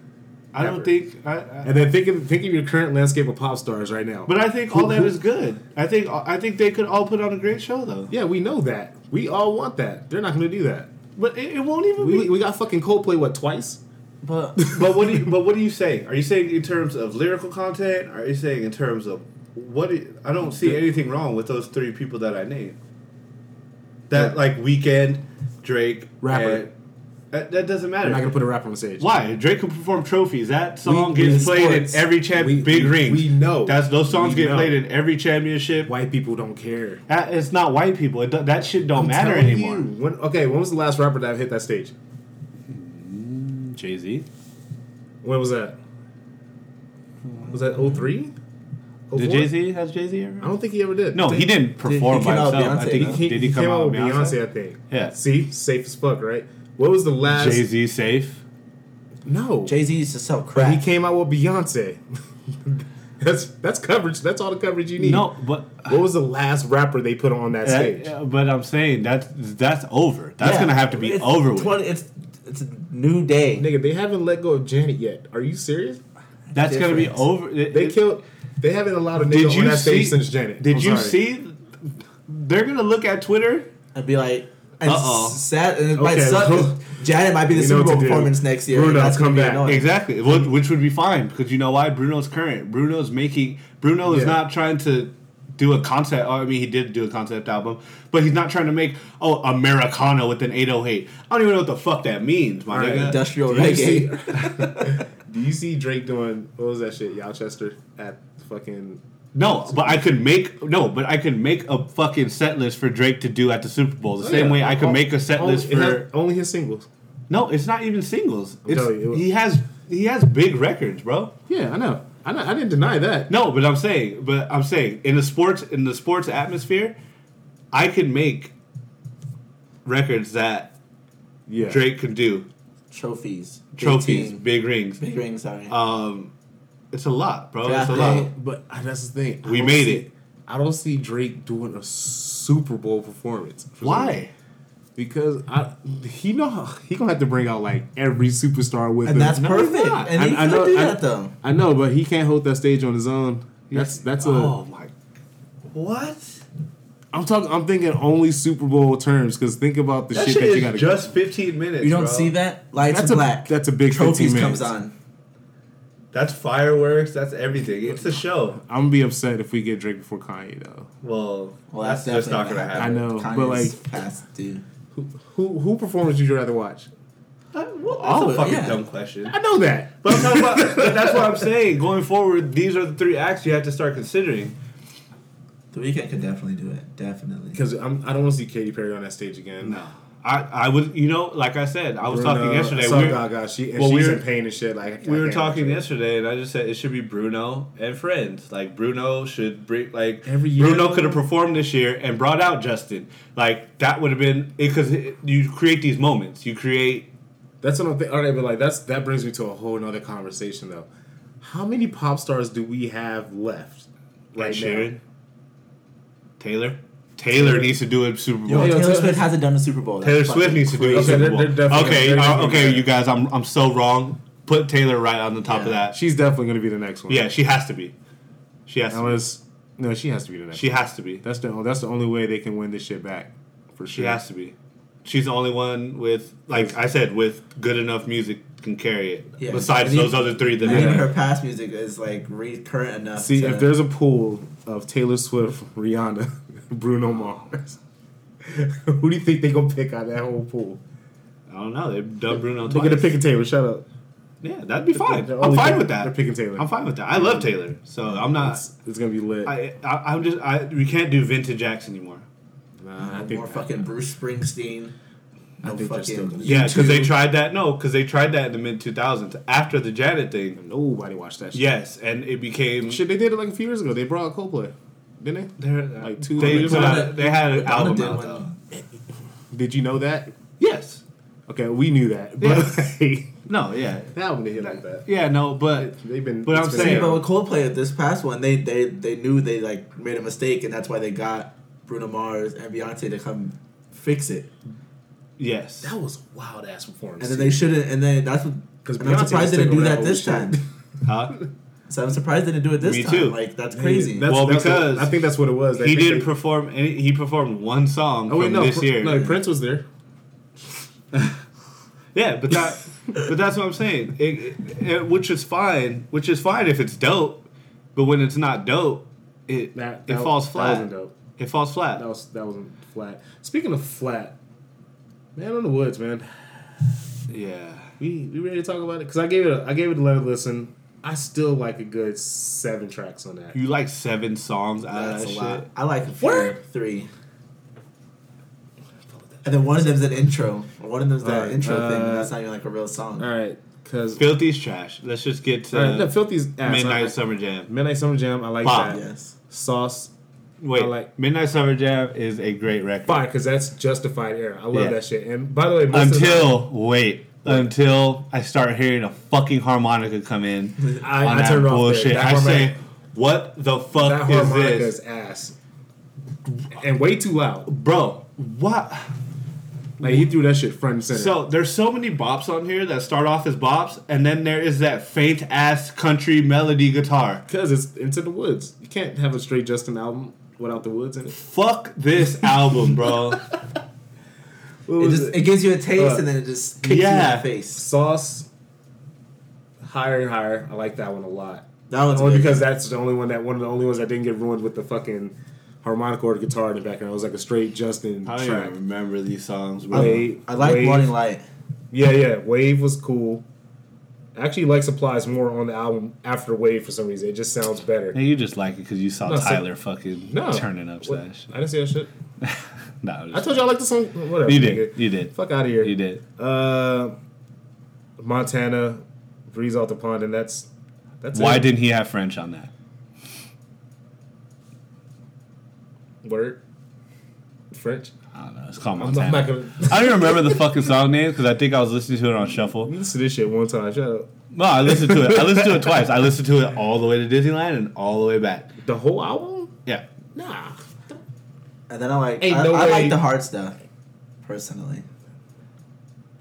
B: I don't
A: Never.
B: think. I, I,
A: And then think of think of your current landscape of pop stars right now.
B: but I think all
A: Who-
B: that
A: who-
B: is good. I think I think they could all put on a great show though.
A: yeah, we know that. We all want that. They're not gonna do that.
B: But it, it won't even be.
A: We, we got fucking Coldplay what twice?
C: But
B: But what do you, but what do you say? Are you saying in terms of lyrical content? Are you saying in terms of what? do you- I don't see anything wrong with those three people that I named. That like weekend, Drake,
A: Rapper.
B: and- that, that doesn't matter.
A: They're not gonna put a rap on the stage.
B: Why Drake can perform trophies? That song
A: We-
B: gets
A: we
B: played
A: sports.
B: in every champ
A: We-
B: big
A: we-
B: ring.
A: we know.
B: that's those songs
A: We
B: get
A: know.
B: played in every championship.
A: White people don't care.
B: That- it's not white people. It, do- that shit don't matter
A: Telling
B: anymore.
A: you. When, okay, when was the last rapper that hit that stage?
B: Jay Z.
A: When was that? Was that 03?
B: Did
A: 04?
B: Jay Z has Jay Z ever?
A: I don't think he ever did.
B: No, he didn't perform
C: came
B: by
C: out
B: himself. I
C: with Beyonce,
B: think
C: though.
A: He,
B: did he come out with Beyonce?
A: I think.
B: Yeah.
A: See, safe as fuck, right? What was the last?
B: Jay Z safe.
A: No,
C: Jay Z used to sell
A: But
C: crack.
A: he came out with Beyonce. that's that's coverage. That's all the coverage you need.
B: No, but
A: What was the last rapper they put on that, stage?
B: that, but I'm saying that's that's over. That's
C: Yeah.
B: gonna have to be
C: It's
B: over with.
C: 20 it's it's a new day.
A: Nigga, they haven't let go of Janet yet. Are you serious?
B: that's gonna be
C: difference.
B: over. It-
A: They
B: it-
A: killed. They haven't allowed a
B: Did
A: nigga on
B: you
A: that
B: see?
A: stage since Janet.
B: Did
A: I'm
B: you
A: sorry.
B: see? They're gonna look at Twitter.
C: I'd be like, and
B: Uh-oh.
C: s- sad, and it might
A: Okay,
C: suck. 'cause
A: Bru-
C: Janet might be the
A: We know
C: Super
A: what
C: Bowl
A: to do.
C: performance next year.
A: Bruno,
C: That's gonna
A: come
C: be
A: back.
C: annoying.
B: Exactly, which, which would be fine because you know why Bruno's current. Bruno's making Bruno is
A: Yeah.
B: not trying to do a concept. I mean, he did do a concept album, but he's not trying to make oh Americana with an 808. I don't even know what the fuck that means, my
A: All right,
B: nigga.
C: Industrial
A: Do you see-
C: reggae.
A: Do you see Drake doing what was that shit? Yowchester at fucking.
B: No, but I could make no, but I could make a fucking set list for Drake to do at the Super Bowl. The same way I could
A: Oh,
B: make a set
A: only-
B: list
A: it has-
B: for
A: only his singles.
B: no, it's not even singles. It's,
A: telling you, it was-
B: he has he has big records, bro.
A: Yeah, I know. I know. I didn't deny that.
B: No, but I'm saying, but I'm saying in the sports in the sports atmosphere, I could make records that
A: Yeah,
B: Drake could do
C: Trophies. Big
B: trophies,
C: team.
B: big rings.
C: Big ring, sorry.
B: Um, it's a lot, bro.
C: Yeah,
B: it's a
C: I-
B: lot.
A: But that's the thing. I
B: We
A: don't
B: made
A: see-
B: it.
A: I don't see Drake doing a Super Bowl performance. For some reason.
B: Why?
A: Because I he know how- he gonna have to bring out like every superstar with him.
C: and that's
B: No, he's
C: perfect.
B: not.
C: And he
A: I- I
C: can
A: know-
C: do
A: I-
C: that though.
A: I know, but he can't hold that stage on his own. That's that's a.
B: oh my, what?
A: am talking. I'm thinking only Super Bowl terms because think about the
B: That
A: shit,
B: shit
A: that you
B: is
A: gotta.
B: just 15 minutes.
C: You don't
B: bro.
C: see that? Lights
A: That's
C: in
A: a-
C: black.
A: that's a big 15
C: trophies
A: minutes.
C: comes on.
B: That's fireworks. That's everything. It's a show.
A: I'm gonna be upset if we get Drake before Kanye though.
B: Well,
C: Well,
B: that's,
C: that's,
B: just not gonna happen.
A: I know, but,
C: Kanye's
A: like-
C: past due.
A: Who who, who performance would you rather watch?
B: That- well, that's
C: Oh,
B: a fucking
C: yeah.
B: dumb question.
A: I know that.
B: But I'm talking about, but that's what I'm saying. Going forward, these are the three acts you have to start considering.
C: The weekend could definitely do it. Definitely.
A: Because I'm I don't want to see Katy Perry on that stage again.
B: I, I was, you know, like I said, I was talking yesterday.
A: So
B: We were,
A: Gaga, she and
B: well,
A: she's
B: we were-
A: in pain and shit. Like I
B: we were
A: can't-
B: talking yesterday, and I just said it should be Bruno and friends. Like Bruno should bring, like
A: Every year.
B: Bruno could have performed this year and brought out Justin. Like that would have been because you create these moments. You create
A: That's what I'm thinking. All right, but like that's that brings me to a whole nother conversation though. How many pop stars do we have left
B: like
A: right now?
B: Sharon, Taylor. Taylor needs to do a Super Bowl.
C: Yo,
A: Yo,
C: Taylor
A: Taylor-
C: Swift hasn't done a Super Bowl. That's
B: Taylor
C: fucking
B: Swift needs to do
A: crazy.
B: a Super
A: Okay,
B: Bowl.
A: they're- they're definitely-
B: okay,
A: they're
B: uh,
A: definitely
B: okay,
A: better.
B: you guys, I'm I'm so wrong. Put Taylor right on the top of
C: Yeah.
B: that.
A: She's definitely going to be the next one.
B: Yeah, she has to be. She has to. Be.
A: Unless no, she has to be the next.
B: She
A: one.
B: has to be.
A: That's the that's the only way they can win this shit back, for
B: She
A: sure.
B: has to be. She's the only one with, like I said, with good enough music can carry it.
C: Yeah.
B: Besides
C: And
B: those
C: even-
B: other three that
C: And
B: did
C: even
B: it.
C: her past music is like recurrent enough.
A: See
C: to-
A: if there's a pool of Taylor Swift, Rihanna, Bruno Mars. Who do you think they gonna pick out of that whole pool?
B: I don't know. They dubbed Bruno
A: They're
B: twice.
A: gonna pick a Taylor. Shut up.
B: yeah, that'd be fine.
A: They're
B: I'm
A: only
B: fine
A: pick-
B: with
A: They're
B: that.
A: picking Taylor.
B: I'm fine with that. I love Taylor, so I'm not.
A: It's, it's gonna be lit.
B: I, I I'm just I we can't do vintage acts anymore.
A: nah,
C: no more fucking Bruce Springsteen.
A: I
C: No
A: think they're still
C: fucking.
A: gonna-
B: Yeah, because they
C: U2.
B: tried that. No, because they tried that in the mid 2000s after the Janet thing.
A: nobody watched that. shit.
B: Yes, and it became.
A: Shit, they did it like a few years ago. They brought out Coldplay, didn't
B: They're,
A: Like two-
B: they,
A: Madonna-
B: put out, they had an
C: Madonna
B: album
C: did
B: out
C: one.
B: though.
A: they? Did you know that?
B: Yes.
A: Okay, we knew that, but like,
B: No. Yeah.
A: that one didn't hit like that.
B: Yeah. No. But
A: They've been.
B: But I'm
A: it's been-
B: saying-
C: But with Coldplay at this past one, they, they they knew they like made a mistake, and that's why they got Bruno Mars and Beyonce to come fix it.
B: yes.
A: that was a wild ass performance.
C: And then they shouldn't. And then that's what.
A: 'Cause
C: And I'm
A: Beyonce was
C: surprised they didn't
A: taking
C: do
A: over
C: that
A: that
C: this
A: whole
C: time.
A: shit.
B: Huh?
C: So I'm surprised they didn't do it this
B: Me
C: time.
B: too.
C: Like that's crazy.
A: That's,
B: Well,
A: that's what-
B: because
A: I think that's what it was. They
B: He
A: think
B: didn't
A: they-
B: perform. Any, he performed one song
A: Oh wait,
B: from
A: no,
B: this
A: Pr-
B: year.
A: no, Prince was there.
B: Yeah, but that, but that's what I'm saying. It, it, it- which is fine. Which is fine if it's dope, but when it's not dope, it
A: That,
B: it
A: that-
B: falls
A: That
B: flat.
A: wasn't dope.
B: It falls flat.
A: That was that wasn't flat. Speaking of flat, man on the woods, man.
B: Yeah.
A: We we ready to talk about it? Cause I gave it a, I gave it a letter listen. I still like a good seven tracks on that.
B: You like seven songs
A: Uh,
B: out
C: That's
B: of
C: a
B: that
C: lot.
B: shit.
C: I like a few,
A: Word.
C: three. And then one of them's an intro. One of them's that
A: Alright,
C: intro thing.
A: uh,
C: And that's not even like a real song.
A: All right, cause
B: Filthy's trash. Let's just get to
A: all right, no, Filthy's ass. I
B: Midnight
A: like-
B: Summer Jam.
A: Midnight Summer Jam. I like
B: Fire.
A: that.
C: Yes.
A: Sauce
B: Wait,
A: I like-
B: Midnight Summer Jam is a great record.
A: fire because that's justified era. I love
B: Yeah.
A: that shit. And by the way, most of the-
B: Until wait, until I start hearing a fucking harmonica come in
A: I-
B: on
A: I
B: that
A: turned it off there.
B: bullshit.
A: That
B: I say,
A: harmonica-
B: what the
A: that
B: fuck is
A: harmonica
B: this?
A: is ass, and way too loud.
B: bro what
A: Like he threw that shit front and center.
B: so there's so many bops on here that start off as bops and then there is that faint ass country melody guitar
A: Because it's Into the Woods. You can't have a straight Justin album without the woods in it.
B: fuck this album bro
A: What
C: It
A: was
C: just
A: it?
C: it gives you a taste
A: Uh,
C: and then it just kicks you in
B: yeah.
C: the face.
A: Sauce, higher and higher. I like that one a lot.
C: That one's
A: only
C: good.
A: because that's the only one that one of the only ones that didn't get ruined with the fucking harmonica or guitar in the background. It was like a straight Justin
B: i don't
A: track.
B: even remember these songs bro
A: Wave,
C: I like
A: Wave.
C: Morning Light.
A: Yeah, yeah. Wave was cool. I actually like Supplies more on the album after Wave for some reason. It just sounds better.
B: Man, you just like it because you saw
A: No, so-
B: Tyler fucking
A: No.
B: turning up
A: What?
B: to that shit.
A: I didn't see that shit.
B: No, I'm
A: I
B: just-
A: told you I like the song. Whatever.
B: you
A: nigga.
B: did. You did.
A: Fuck out of here.
B: You did.
A: Uh, Montana, breeze off the pond, and that's that's
B: Why
A: it.
B: didn't he have French on that?
A: word French?
B: I don't know. It's called
A: I'm not, I'm not
B: Montana.
A: gonna
B: I don't remember the fucking song name because I think I was listening to it on shuffle.
A: listen to this shit one time. Shut up.
B: No, I listened to it. I listened to it twice. I listened to it all the way to Disneyland and all the way back.
A: The whole album?
B: Yeah.
A: Nah.
C: And then I like
A: Ain't
C: I,
A: no
C: I
A: way.
C: like the hard stuff. Personally.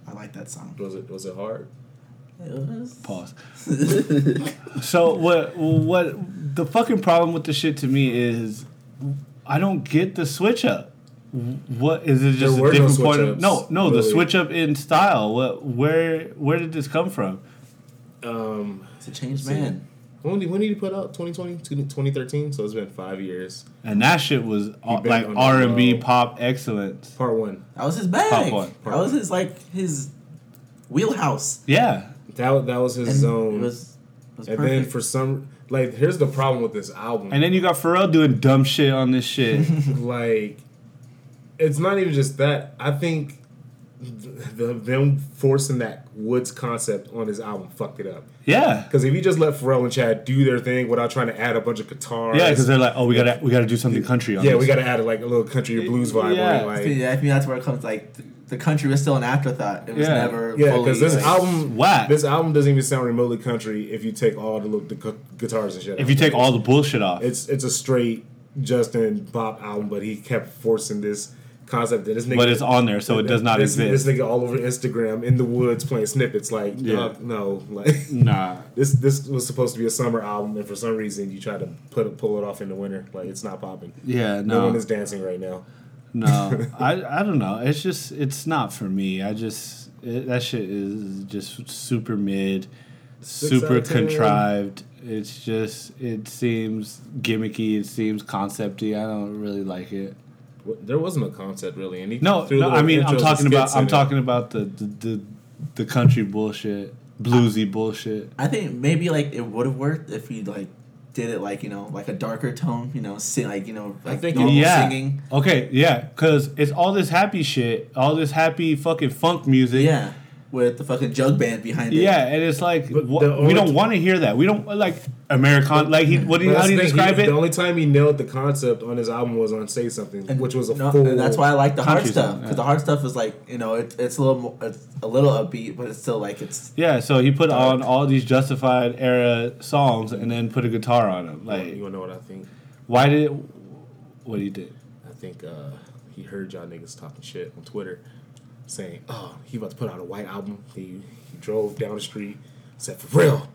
C: I like that song.
A: Was it was it hard?
C: It was-
B: Pause. So what? What the fucking problem with the shit to me is, I don't get the switch up. What is it? Just
A: There were
B: a
A: no
B: different
A: switch
B: point of
A: ups,
B: no, no. The
A: really.
B: switch up in style. What? Where? Where did this come from?
A: Um,
C: it's a changed man.
A: when did, when did he put out 2020? 2013? So it's been five years.
B: And that shit was uh,
A: been
B: like
A: on the
B: R and B
A: low.
B: pop excellence.
A: Part one.
C: That was his
B: Pop
C: bag.
B: one,
A: pop
C: that was his like his wheelhouse.
B: Yeah.
A: That wa- that was his
C: And
A: zone.
C: It was, it was
A: and
C: perfect.
A: then for some like here's the problem with this album.
B: And then you got Pharrell doing dumb shit on this shit.
A: like it's not even just that i think the, them forcing that woods concept on his album fucked it up
B: yeah.
A: because if you just let pharrell and chad do their thing without trying to add a bunch of guitars
B: Yeah, because they're like, oh, we gotta we gotta do something country. on
A: yeah
B: this.
A: we gotta add like a little country or blues vibe
B: Yeah.
A: on it
C: See,
A: like
C: yeah, I think that's where it comes. Like th- the country was still an afterthought. It was
B: Yeah.
C: never.
A: yeah
C: fully,
A: because this
C: like-
A: album
B: whack.
A: this album doesn't even sound remotely country if you take all the little the gu- guitars and shit
B: If
A: out.
B: you take all the bullshit off,
A: it's it's a straight justin bop album but he kept forcing this concept that this nigga.
B: but it's on there, so it does not
A: this,
B: exist.
A: This nigga all over Instagram in the woods playing snippets. Like,
B: Yeah.
A: dog, no, like
B: nah,
A: this this was supposed to be a summer album, and for some reason you try to put it, pull it off in the winter. Like, it's not popping. No.
B: yeah, no,
A: one is dancing right now.
B: no. I I don't know. It's just it's not for me. I just it, that shit is just super mid,
A: out
B: super
A: of ten.
B: contrived. It's just it seems gimmicky. It seems concepty. I don't really like it.
A: What- There wasn't a concept really. And he
B: No,
A: threw
B: no
A: little
B: I mean
A: intros
B: I'm
A: and
B: talking
A: skits
B: about
A: in
B: I'm
A: it.
B: talking about the the, the the country bullshit, bluesy bullshit.
C: I think maybe like it would have worked if you like did it like you know like a darker tone, you know, sing like you know like
A: think it-
C: normal
B: yeah.
C: singing.
B: Okay, yeah, cause it's all this happy shit, all this happy fucking funk music.
C: Yeah, with the fucking jug band behind it.
B: Yeah, and it's like
A: But
B: wha-
A: the
B: we
A: only-
B: don't want to hear that. We don't like American. Like he, what do you,
A: But that's
B: how do you
A: the thing, he-
B: describe it?
A: The only time he nailed the concept on his album was on "Say Something,"
C: And-
A: which was a
C: no,
A: full.
C: and that's why I like the hard
B: country
C: stuff
B: song,
C: because
B: yeah.
C: the hard stuff is like you know it, it's a little more, it's a little upbeat, but it's still like it's
B: Yeah, so he put on all these Justified era songs and then put a guitar on them.
A: you
B: Like,
A: wanna know what I think?
B: why did? What he did?
A: I think uh, he heard y'all niggas talking shit on Twitter, saying, "Oh, he about to put out a white album." He he drove down the street, said, "For real,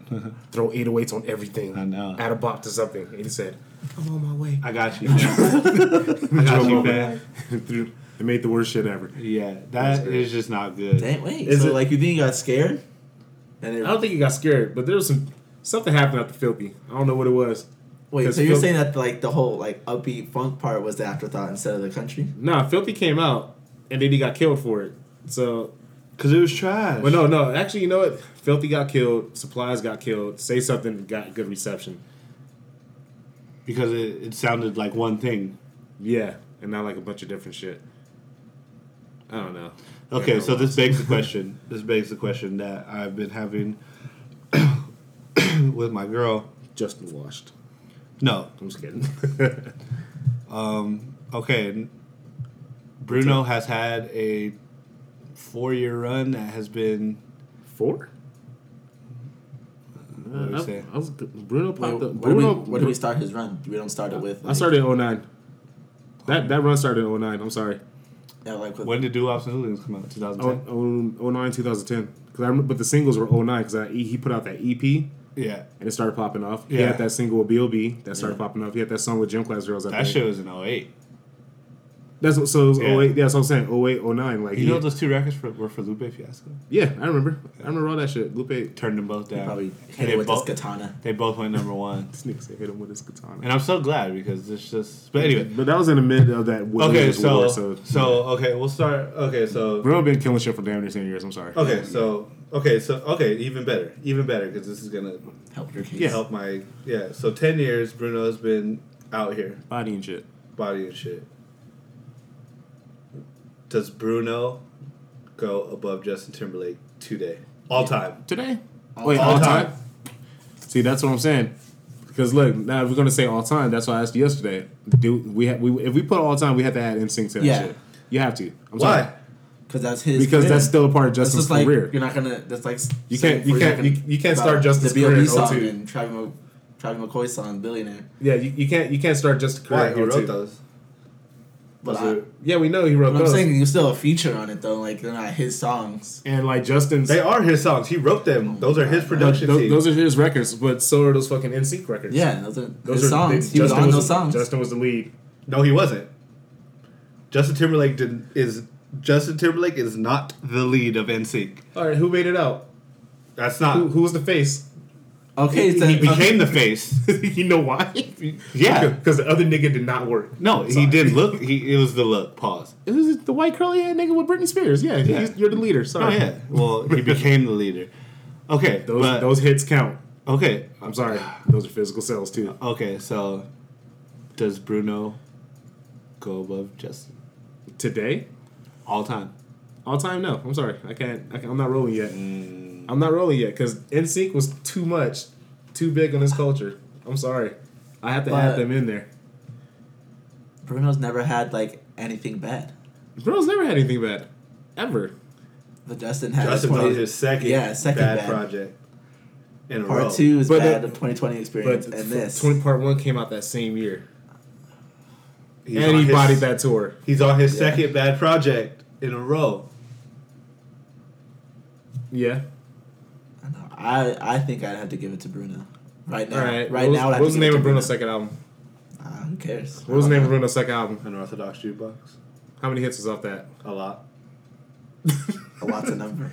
A: throw 808s on everything."
B: I know.
A: Add a bop to something, and he said, "I'm on my way."
B: I got you. I got you, man.
A: Threw- they made the worst shit ever.
B: Yeah,
A: That's
B: that
A: great.
B: is just not good.
C: dang wait.
A: Is
C: so
A: it-
C: like you think you got scared? And
A: I
C: it,
A: don't think he got scared, but there was some something happened after Filthy. I don't know what it was.
C: wait,
A: 'cause
C: so you're
A: Phil-
C: saying that like the whole like upbeat funk part was the afterthought instead of the country?
A: Nah, Filthy came out, and then he got killed for it. So
D: Cause it was trash.
A: But no, no. Actually, you know what? Filthy got killed. Supplies got killed. Say something got good reception.
B: Because it, it sounded like one thing.
A: Yeah, and not like a bunch of different shit. I don't know.
B: Okay, so
D: this begs the question. This begs the question that I've been having with my girl.
A: Justin washed.
B: No,
A: I'm just kidding.
B: Um, okay. n- Bruno has had a four year run that has been.
A: Four.
B: What do we say?
A: I was Bruno
C: Wait,
A: popped up.
C: where, do we,
A: Bruno.
C: where do we start his run? We don't start it with.
A: I started in 09. That that run started in 09. I'm sorry.
C: Yeah, like with,
B: When did Do Ops and Hooligans come out?
A: Oh.
B: 2010?
A: 09, 2010. Cause I remember, but the singles were 09 because he put out that EP
B: Yeah.
A: and it started popping off. He
B: Yeah.
A: had that single with B.O.B. that started popping off. He had that song with Gym Class Girls. I
B: That
A: think.
B: shit was in 08.
A: That's what, so it was
B: Yeah.
A: 08, yeah, that's what I'm saying. 08, 09. Like,
B: You
A: he-
B: know those two records for, were for Lupe Fiasco?
A: yeah, I remember. I remember all that shit. Lupe,
B: Turned them both down.
C: probably
B: And
C: hit
B: they
C: it with
B: both,
C: this katana.
B: They both went number one.
A: this nigga said hit him with his katana.
B: And I'm so glad because it's just. But anyway.
A: But that was in the mid of that Wood
B: Okay,
A: Wizards
B: so.
A: war,
B: So, okay, we'll start. Okay, so.
A: Bruno been killing shit for damn near 10 years. I'm sorry.
D: Okay, so okay, so okay, even better, even better, because this is gonna
C: Help your case.
D: help my yeah. So ten years, Bruno has been out here,
A: Body and shit.
D: body and shit. Does Bruno go above Justin Timberlake today, all time?
A: Today? Wait,
D: all
A: all
D: time.
A: time. See, that's what I'm saying. Because look, now if we're gonna say all time, that's why I asked you yesterday. Do we have we if we put all time, we have to add NSYNC to that
C: Yeah.
A: shit. You have to.
D: Why?
A: I'm sorry.
C: because that's his.
A: Because
C: career.
A: that's still a part of
C: That's
A: Justin's
C: just like
A: career.
C: you're not gonna. That's like
A: You
C: saying
A: can't- you
C: we're not
A: can't-
C: gonna-
A: you- you can't start
C: about
A: Justin's
C: the
A: career
C: B.O.B.
A: in
C: song
A: 02.
C: and Travis, Mc, Travis McCoy song Billionaire.
A: Yeah, you, you can't you can't start just a career.
D: Why?
A: at
D: Who wrote
A: 02.
D: those?
C: But
D: Was
C: I,
D: it-
A: Yeah, we know he wrote
C: but I'm
A: those.
C: saying you're still a feature on it though. Like they're not his songs.
A: and like Justin's
D: They are his songs. He wrote them. Those are his
A: Those,
D: production
A: Oh those,
D: team.
A: those are his records, but so are those fucking NSYNC records.
C: Yeah, those are
A: those
C: his
A: are they-
C: songs. he was
A: Justin
C: on those songs.
A: Justin was the lead.
D: no, he wasn't. Justin Timberlake did, is Justin Timberlake is not the lead of NSYNC.
A: All right, who made it out?
D: That's not.
A: Who, who was the face?
C: okay,
D: he
C: so okay.
D: became the face.
A: you know why?
B: Yeah.
A: because the other nigga did not work.
B: No, he did look. He It was the look. Pause.
A: It was the white curly head nigga with Britney Spears. Yeah, he's- you're the leader.
B: Oh,
A: Sorry.
B: yeah. Well, he became the leader. Okay.
A: Those
B: but,
A: those hits count.
B: Okay.
A: I'm sorry. Those are physical sales too.
B: Okay, so does Bruno go above Justin
A: Today,
B: all time?
A: all time. No, I'm sorry. I can't. I can't I'm not rolling yet.
C: Mm.
A: I'm not rolling yet because NSYNC was too much, too big on this culture. I'm sorry. I have to
C: But-
A: add them in there.
C: Bruno's never had like anything bad,
A: Bro's never had anything bad, ever.
C: but Justin had
D: Justin's
C: 20
D: on his second,
C: Yeah, second
D: bad,
C: bad.
D: project in a row.
C: Part two is
A: But
C: bad.
A: the-
C: The 2020
A: But
C: experience and
A: f-
C: this.
A: 20 part one came out that same year.
D: he's on
A: And he
D: his-
A: bodied that tour.
D: He's on his
C: Yeah.
D: second bad project in a row.
A: Yeah.
C: I know. I I think I'd have to give it to Bruno. Right now,
A: All right.
C: right,
A: What was,
C: now. I'd
A: what
C: have
A: was the
C: to give
A: name
C: it to
A: of Bruno's second album?
C: Ah, who cares?
A: What was the name of Bruno's second album?
D: Unorthodox jukebox.
A: How many hits was off that?
D: A lot.
C: A lot's a number.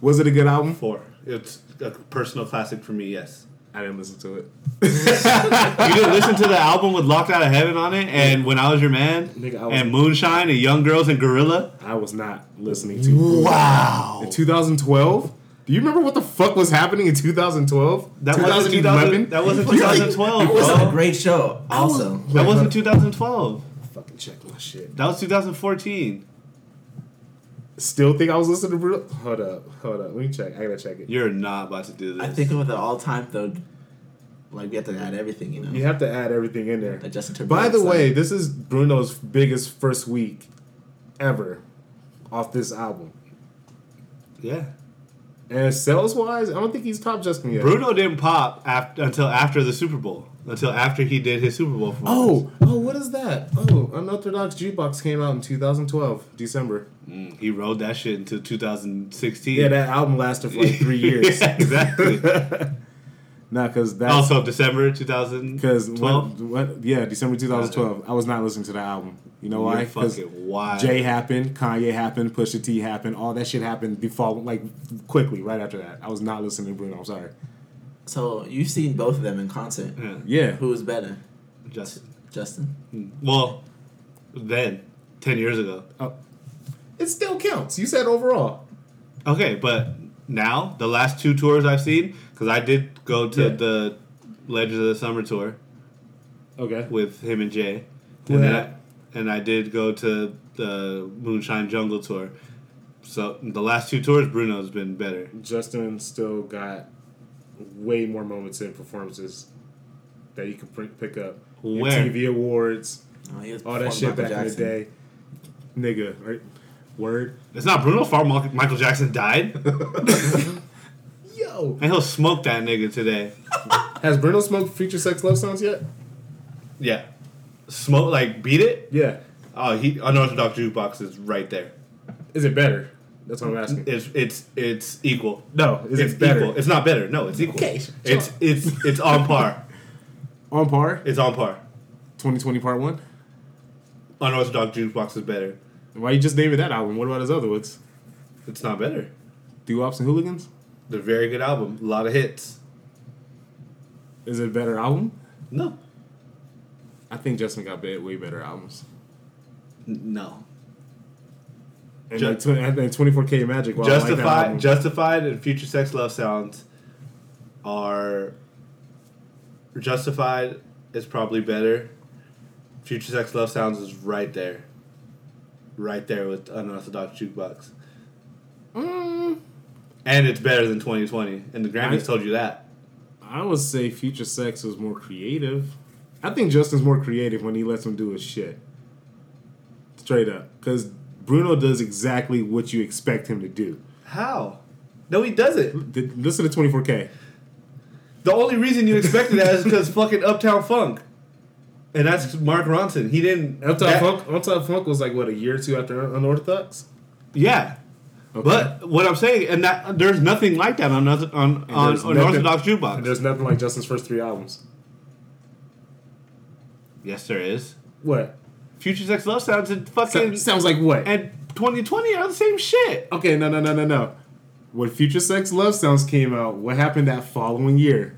A: Was it a good album?
D: Four. It's a personal classic for me. Yes.
A: I didn't listen to it.
B: You didn't listen to the album with Locked Out of Heaven on it and When I Was Your Man
A: Nigga, I was-
B: and Moonshine and Young Girls and Gorilla?
A: I was not listening to. Wow. In 2012. Do you remember what the fuck was happening in 2012?
B: That wasn't 2000, that wasn't
C: Really?
B: 2012,
C: It was a
B: bro.
C: great show. Also,
B: That wasn't 2012.
A: Fucking check my shit.
B: That was 2014.
A: Still think I was listening to Bruno? Hold up, hold up. Let me check. I gotta check it.
B: You're not about to do this.
C: I think of the all time though. Like we have to add everything, you know.
A: You have to add everything in there.
C: That Justin
A: By
C: Timberlake's
A: the
C: on
A: way,
C: it.
A: this is Bruno's biggest first week ever off this album.
B: yeah.
A: And sales wise, I don't think he's top Justin yet.
B: Bruno didn't pop af until after the Super Bowl. Until after he did his Super Bowl. performance.
A: Oh, oh, what is that? Oh, Unorthodox Jukebox came out in 2012, December.
B: Mm, he rode that shit until 2016.
A: Yeah, that album lasted for like three years.
B: Yeah, exactly.
A: Nah, because that.
B: also December
A: Because
B: 2012.
A: when, when, yeah, December 2012, I was not listening to the album. You know why?
B: You're
A: 'Cause
B: fucking wild.
A: Jay happened, Kanye happened, Pusha T happened, all that shit happened before, like quickly right after that. I was not listening to Bruno. I'm sorry.
C: so you've seen both of them in concert.
B: Yeah,
A: Yeah,
C: Who was better,
B: Justin.
C: Justin?
B: Well, then, 10 years ago.
A: it still counts. You said overall.
B: Okay, but now, the last two tours I've seen, because I did go to
A: Yeah.
B: the Legends of the Summer tour
A: Okay.
B: with him and Jay.
A: Who
B: and, then
A: had-
B: I, and I did go to the Moonshine Jungle tour. So the last two tours, Bruno's been better.
A: Justin still got way more moments in performances that you could pr- pick up.
B: Where?
A: TV awards,
C: Oh, he was
A: all that
C: performing
A: shit
C: Michael
A: back in the
C: Jackson.
A: day. Nigga, right? Word.
B: It's not Bruno Far Michael Jackson died, and
A: Yo.
B: he'll smoke that nigga today.
A: Has Bruno smoked future sex love songs yet?
B: Yeah, smoke like beat it.
A: Yeah.
B: Oh, he unorthodox jukebox is right there.
A: Is it better? That's what I'm asking.
B: It's it's it's equal.
A: no, is
B: it's
A: it better?
B: equal. It's not better. No, it's equal.
C: Okay, sure.
B: It's it's it's on par.
A: On par.
B: It's on par.
A: 2020 part one.
B: Unorthodox jukebox is better.
A: Why you just naming that album? What about his other ones?
B: It's not better.
A: Do Ops and Hooligans?
B: They're a very good album. A lot of hits.
A: Is it a better album?
B: No,
A: I think Justin got ba- way better albums.
B: N- no.
A: And,
B: Ju-
A: like tw- and and 24K Magic. While I like that
B: Justified,
A: album,
B: Justified, and Future Sex Love Sounds are Justified is probably better. Future Sex Love Sounds is right there, right there with Unorthodox Jukebox,
A: Mm,
B: and it's better than 2020. And the Grammys
A: I-
B: told you that.
A: I would say Future Sex was more creative. I think Justin's more creative when he lets him do his shit. Straight up. Because Bruno does exactly what you expect him to do.
B: How? No, he doesn't.
A: Th- Listen to 24K.
B: The only reason you expected that is because fucking Uptown Funk, and that's Mark Ronson. He didn't.
A: Uptown
B: that-
A: Funk, Uptown Funk was like what a year or two after Un- Unorthodox.
B: Yeah,
A: Okay.
B: But what I'm saying, and that there's nothing like that on on on,
A: And
B: on
A: there's nothing-
B: Orthodox
A: And
B: jukebox.
A: there's nothing like Justin's first three albums.
B: Yes, there is.
A: What
B: Future Sex Love Sounds and
A: so,
B: fucking
A: sounds like what?
B: and 2020 are the same shit.
A: okay, no, no, no, no, no. When Future Sex Love Sounds came out, what happened that following year?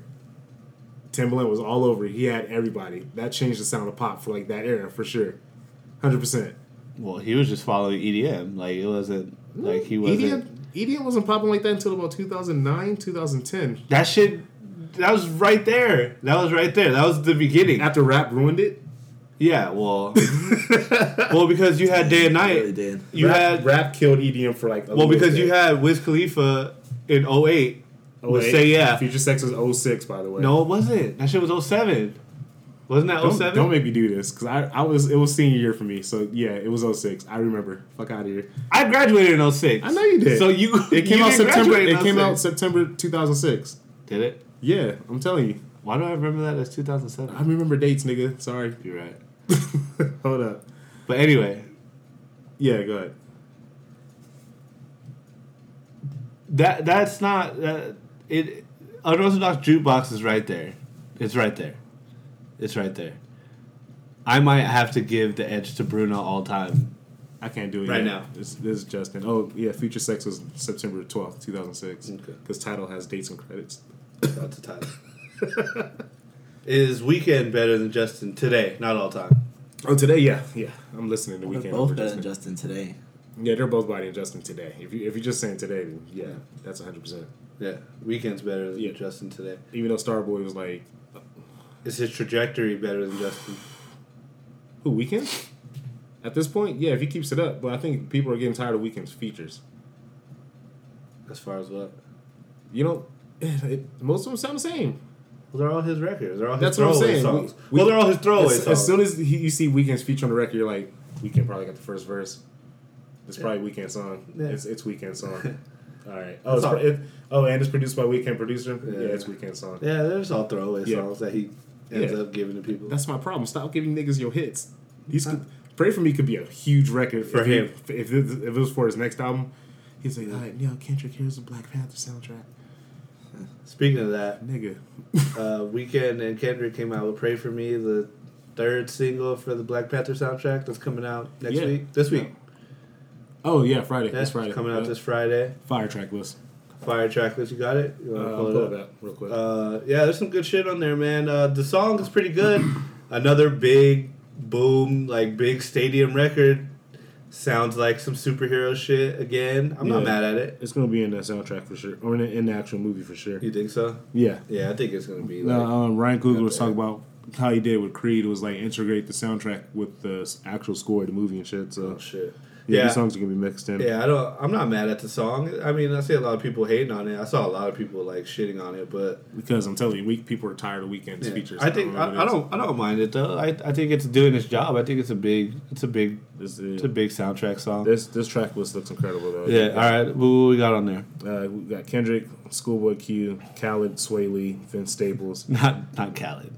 A: Timbaland was all over. He had everybody. That changed the sound of pop for like that era for sure, hundred percent.
B: Well, he was just following EDM. Like it wasn't like he
A: EDM, EDM E wasn't popping like that until about 2009, 2010.
B: That shit. That was right there. That was right there. That was the beginning.
A: After rap ruined it,
B: Yeah. Well. well, because you had day and
C: He really
B: night.
C: did.
B: You
A: rap,
B: had
A: rap killed EDM for like a
B: well
A: little
B: because
A: bit.
B: you had Wiz Khalifa in 08 with
A: 08.
B: Say Yeah.
A: Future Sex was 06, by the way.
B: No, it wasn't. That shit was 07. Wasn't that
A: Don't,
B: 07?
A: don't make me do this because I, I was it was senior year for me so yeah it was 06 I remember fuck out of here
B: I graduated in 06.
A: I know you did
B: So you
A: it came
B: you
A: out
B: didn't
A: September
B: graduate in
A: it came
B: 06.
A: out September 2006
B: Did it?
A: yeah I'm telling you
B: Why do I remember that as
A: I
B: 2007?
A: remember dates nigga sorry
B: You're right.
A: Hold up.
B: But anyway,
A: Yeah, go ahead.
B: that that's not that it. Unorthodox jukebox is right there. It's right there. It's right there. I might have to give the edge to Bruno all time.
A: I can't do it
D: Right
A: yet.
D: now.
A: This, this is Justin. Oh yeah, Future Sex was September twelfth, two thousand six.
D: Okay.
A: Because title has dates and credits.
D: Shout out to Tyler. Is weekend better than Justin today? Not all time.
A: Oh, today, yeah, yeah. I'm listening to
C: We're
A: Weekend.
C: both
A: over
C: better than
A: Justin.
C: Justin today.
A: Yeah, they're both Body and Justin today. If you if you're just saying today, then yeah, that's hundred percent.
D: Yeah, weekend's better than
A: Yeah.
D: Justin today.
A: Even though Starboy was like,
D: Is his trajectory better than Justin?
A: "Who Weekend?" At this point, yeah, if he keeps it up, but I think people are getting tired of Weekend's features.
D: As far as what?
A: You know, it, most of them sound the same.
D: Well, they're all his records. They're all his
A: That's what I'm
D: throwaway
A: saying.
D: songs.
A: We-
D: well, they're all his throwaway
A: as,
D: songs.
A: as soon as he, you see Weekend's feature on the record, you're like, Weekend probably got the first verse. It's probably Weekend's song.
D: Yeah.
A: It's it's Weekend's song. All right. Oh, it's,
D: all.
A: pro- it, oh, and it's produced by Weekend producer. Yeah,
D: Yeah.
A: it's Weekend's song.
D: yeah, they're just all throwaway
A: Yeah.
D: songs that he ends
A: Yeah.
D: up giving to people.
A: That's my problem. Stop giving niggas your hits. These could, pray for me could be a huge record
D: For
A: if he-
D: him.
A: if, it, if it was for his next album, he's like, all right, yo, Kendrick, here's the Black Panther soundtrack,
D: Speaking of that,
A: nigga.
D: uh, Weekend and Kendrick came out with "Pray for Me," the third single for the Black Panther soundtrack that's coming out next
A: Yeah.
D: week. This week,
A: Oh yeah, Friday.
D: that's
A: That's Friday.
D: coming out
A: Uh,
D: this Friday.
A: fire track list.
D: Fire track list. You got it. You
A: Uh,
D: wanna
A: I'll
D: pull it
A: pull
D: up?
A: it up real quick.
D: Uh, yeah, there's some good shit on there, man. Uh, the song is pretty good. Another big boom, like big stadium record. Sounds like some superhero shit again. I'm not
A: Yeah.
D: mad at it.
A: it's gonna be in the soundtrack for sure, or in the, in the actual movie for sure.
D: You think so?
A: Yeah.
D: Yeah, I think it's gonna be like.
A: No, um, Ryan Coogler was
D: Okay.
A: talking about how he did with Creed was like integrate the soundtrack with the s- actual score of the movie and shit. So
D: oh shit.
A: yeah,
D: Yeah.
A: these songs are gonna be mixed in.
D: Yeah, I don't. I'm not mad at the song. I mean, I see a lot of people hating on it. I saw a lot of people like shitting on it, but
A: Because I'm telling you, week people are tired of weekends
D: yeah.
A: features.
D: I think
A: know what it
D: I, I
A: is.
D: don't. I don't mind it though. I,
B: I think it's doing its job. I think it's a big it's a big
A: This,
B: it's a big soundtrack song.
A: this this track list looks incredible though.
B: Yeah, all right. What what we got on there?
A: Uh, we got Kendrick, Schoolboy Q, Khaled, Sway Lee, Vince Staples.
B: Not not Khaled.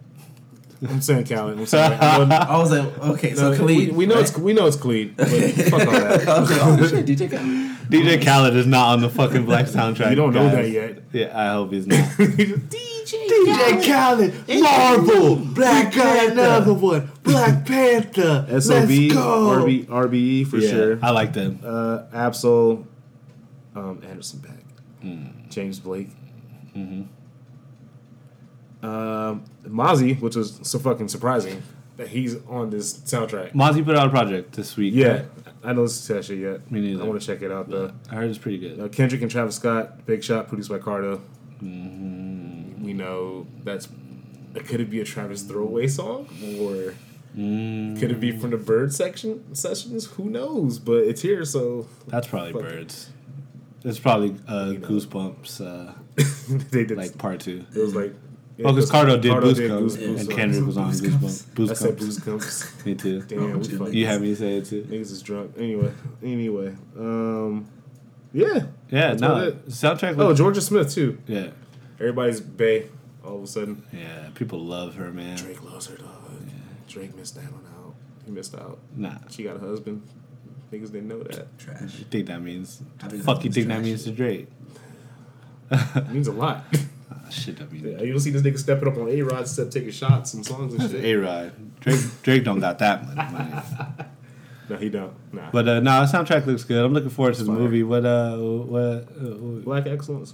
A: I'm saying Khaled. I'm sorry. I wasn't-
C: I was like, okay, so
A: no,
C: Khalid.
A: we, we know it's we know it's Khalid. But fuck all that.
C: I was like, oh shit, DJ Khaled.
B: DJ Khaled is not on the fucking black soundtrack.
A: You don't know
B: guys.
A: that yet.
B: Yeah, I hope he's not.
D: DJ Khaled, Marvel, Black got another one, Black Panther.
A: Sob RB, RBE E for
B: yeah,
A: sure.
B: I like them.
A: Uh, Absol, um, Anderson Pack,
B: Hmm.
A: James Blake,
B: Mm-hmm.
A: um, Mozzie, which was so fucking surprising that he's on this soundtrack.
B: Monty put out a project this week.
A: Yeah, I don't listen to that shit yet.
B: Me neither.
A: I want to check it out though.
B: I heard it's pretty good.
A: Uh, Kendrick and Travis Scott, Big Shot, produced by Cardo.
B: Mm-hmm.
A: We know that's. Could it be a Travis throwaway song, or
B: Mm,
A: could it be from
B: Mm-hmm.
A: the Bird section sessions? Who knows? But it's here, so
B: That's probably
A: Fuck.
B: birds. It's probably uh,
A: know.
B: Goosebumps, uh,
A: they did.
B: like part two.
A: it was like.
B: Oh, because Cardo did Goosebumps,
A: Goose
B: and
A: Boost.
B: Kendrick was on
C: Goosebumps.
B: Goosebumps.
A: I said Booze
B: Goosebumps.
A: Gumps.
B: Me too.
A: Damn, we fucking
B: You had me say it too.
A: niggas is drunk. Anyway, anyway, um, yeah.
B: Yeah,
A: That's about
B: no.
A: it.
B: Soundtrack.
A: Oh,
B: Was,
A: Georgia Smith too.
B: yeah,
A: Everybody's bae. All of a sudden,
B: yeah. People love her, man.
A: Drake loves her dog. Drake missed out on out. He missed out.
B: Nah,
A: She got a husband. Niggas didn't know that.
C: Trash.
B: you think that means?
C: I think
B: Fuck,
C: that
B: you
C: was
B: think that
C: trash.
B: means to Drake?
A: It means a lot.
B: Ah, shit, that means.
A: you don't see this nigga stepping up on A Rod, step taking shots and songs and shit.
B: A Rod. Drake, Drake don't got that much money.
A: No, he don't. Nah.
B: But uh, no, the soundtrack looks good. I'm looking forward to the
A: Fire.
B: movie. What uh, what uh,
A: Black excellence.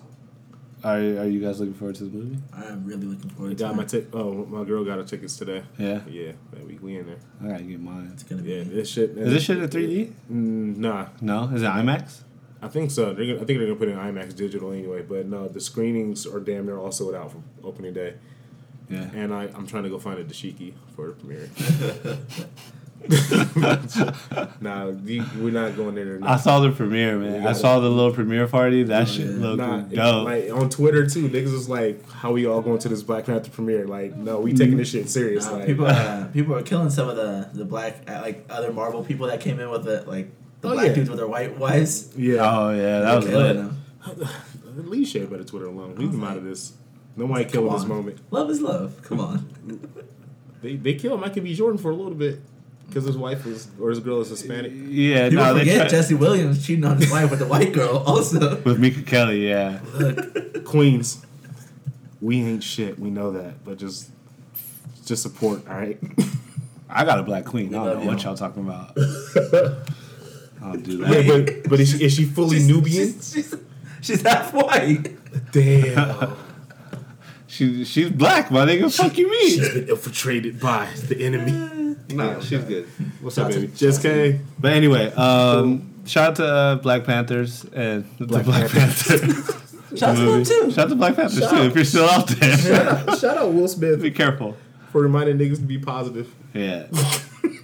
B: are are you guys looking forward to the movie?
C: I'm really looking
A: I
C: forward to
A: got my
C: it.
A: tick. Oh, my girl got her tickets today.
B: Yeah,
A: Yeah, that week we in there.
B: I gotta get mine.
C: It's gonna be.
A: Yeah, this shit.
B: Mm-hmm. Is this shit in 3D?
A: Mm, nah,
B: No, is it IMAX?
A: I think so. They're gonna, I think they're gonna put it in IMAX digital anyway. But no, the screenings are damn near all sold out for opening day,
B: Yeah.
A: and I, I'm trying to go find a dashiki for the premiere. nah, you, we're not going there.
B: I saw the premiere, man.
A: Yeah.
B: I saw the little premiere party. That shit
C: yeah.
B: looked
A: Nah,
B: dope.
A: like on Twitter too, niggas was like, "How we all going to this Black Panther premiere?" Like, no, we taking this shit serious.
C: Uh,
A: like,
C: people, uh, people are killing some of the the black uh, like other Marvel people that came in with the like the
A: Oh,
C: black
A: yeah.
C: dudes with their white wives.
A: yeah,
B: oh yeah, that was
C: Killing
B: lit.
C: them.
A: at least share better Twitter alone. Leave them out of this. Nobody killing
C: Come
A: this
C: on.
A: moment.
C: Love is love. Come on.
A: They they killed Michael B. Jordan for a little bit because his wife was or his girl is Hispanic.
B: Yeah,
C: People
B: no, they
C: forget
B: tried-
C: Jesse Williams cheating on his wife with a white girl. Also,
B: with Mika Kelly. Yeah,
A: Queens, we ain't shit. We know that, but just just support. All right.
B: I got a black queen. I
C: love
B: don't know what
C: y'all.
B: y'all talking about. I'll do
A: Yeah,
B: that.
A: but but is she, is she fully
C: She's-
A: Nubian?
C: She's, she's, she's half white.
A: Damn.
B: She she's black, my nigga. Fuck you,
A: She's
B: mean?
A: been infiltrated by the enemy.
E: Nah, she's good.
A: What's up, baby? Just K.
B: But anyway, um, shout out to uh, Black Panthers and the Black Panther.
C: Shout out to them
B: movie.
C: too.
B: Shout out to Black Panthers
A: Shout
B: too.
A: out.
B: If you're still out there,
A: Shout out Will Smith
B: be careful.
A: for reminding niggas to be positive.
B: Yeah.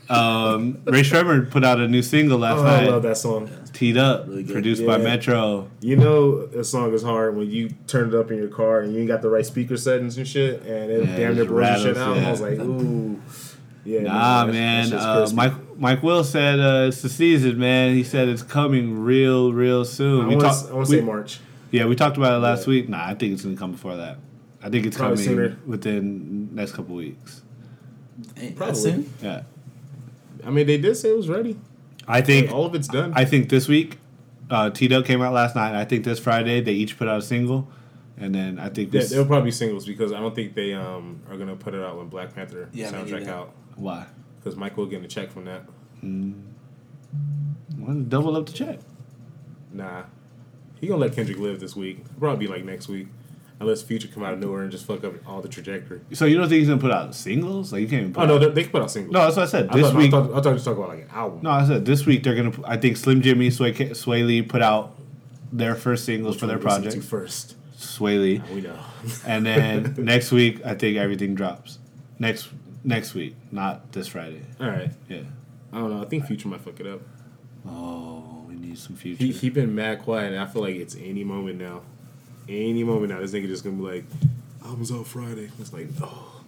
B: Um, Ray Shremmer put out a new single last
A: Oh, I love
B: night,
A: that song.
B: "Teed Up,"
C: Really good.
B: produced by
A: Yeah.
B: Metro.
A: You know a song is hard when you turn it up in your car and you ain't got the right speaker settings and shit, and it
B: Yeah,
A: damn near
B: it
A: blows your shit
B: rattles,
A: out. And I was
B: yeah.
A: like, ooh, yeah.
B: Nah,
A: that-
B: man.
A: that shit's
B: Uh,
A: crispy.
B: Mike Mike Will said uh, it's the season, man. He said it's coming real, real soon.
A: I
B: we
A: want
B: talked.
A: to
B: we-
A: say March.
B: Yeah, we talked about it last
A: Yeah.
B: week. Nah, I think it's gonna come before that. I think it's
A: Probably
B: coming
A: sooner.
B: within next couple weeks.
C: Ain't that
A: Probably.
C: soon?
B: Yeah,
A: I mean, they did say it was ready.
B: I think
A: All of it's done.
B: I think this week, uh, T Dub came out last night. I think this Friday they each put out a single, and then I think
A: yeah,
B: this,
A: they'll probably be singles because I don't think they um are gonna put it out when Black Panther
C: Yeah, me
A: soundtrack
C: neither.
A: out
B: why
A: because Michael getting a check from that.
B: Well, double up the check.
A: Nah, he gonna let Kendrick live this week. It'll probably be like next week, unless Future come out of nowhere and just fuck up all the trajectory.
B: So you don't think he's gonna put out singles? Like you can't even. Put
A: Oh no,
B: out-
A: they, they can put out singles.
B: no, that's what I said.
A: I
B: This
A: thought,
B: week,
A: I thought, I thought you were talking about like an album.
B: no, I said this week they're gonna. I think Slim Jimmy, Sway, Ca- Sway Lee put out their first singles for their
A: Listen to
B: project,
A: first.
B: Sway Lee,
A: We know.
B: and then next week I think everything drops. Next next week, not this Friday.
A: All right.
B: Yeah.
A: I don't know. I think Future might fuck it up.
B: Oh, we need some future.
A: He he been mad quiet, and I feel like it's any moment now. Any moment now, this nigga just gonna be like, "Album's out Friday." It's like, oh,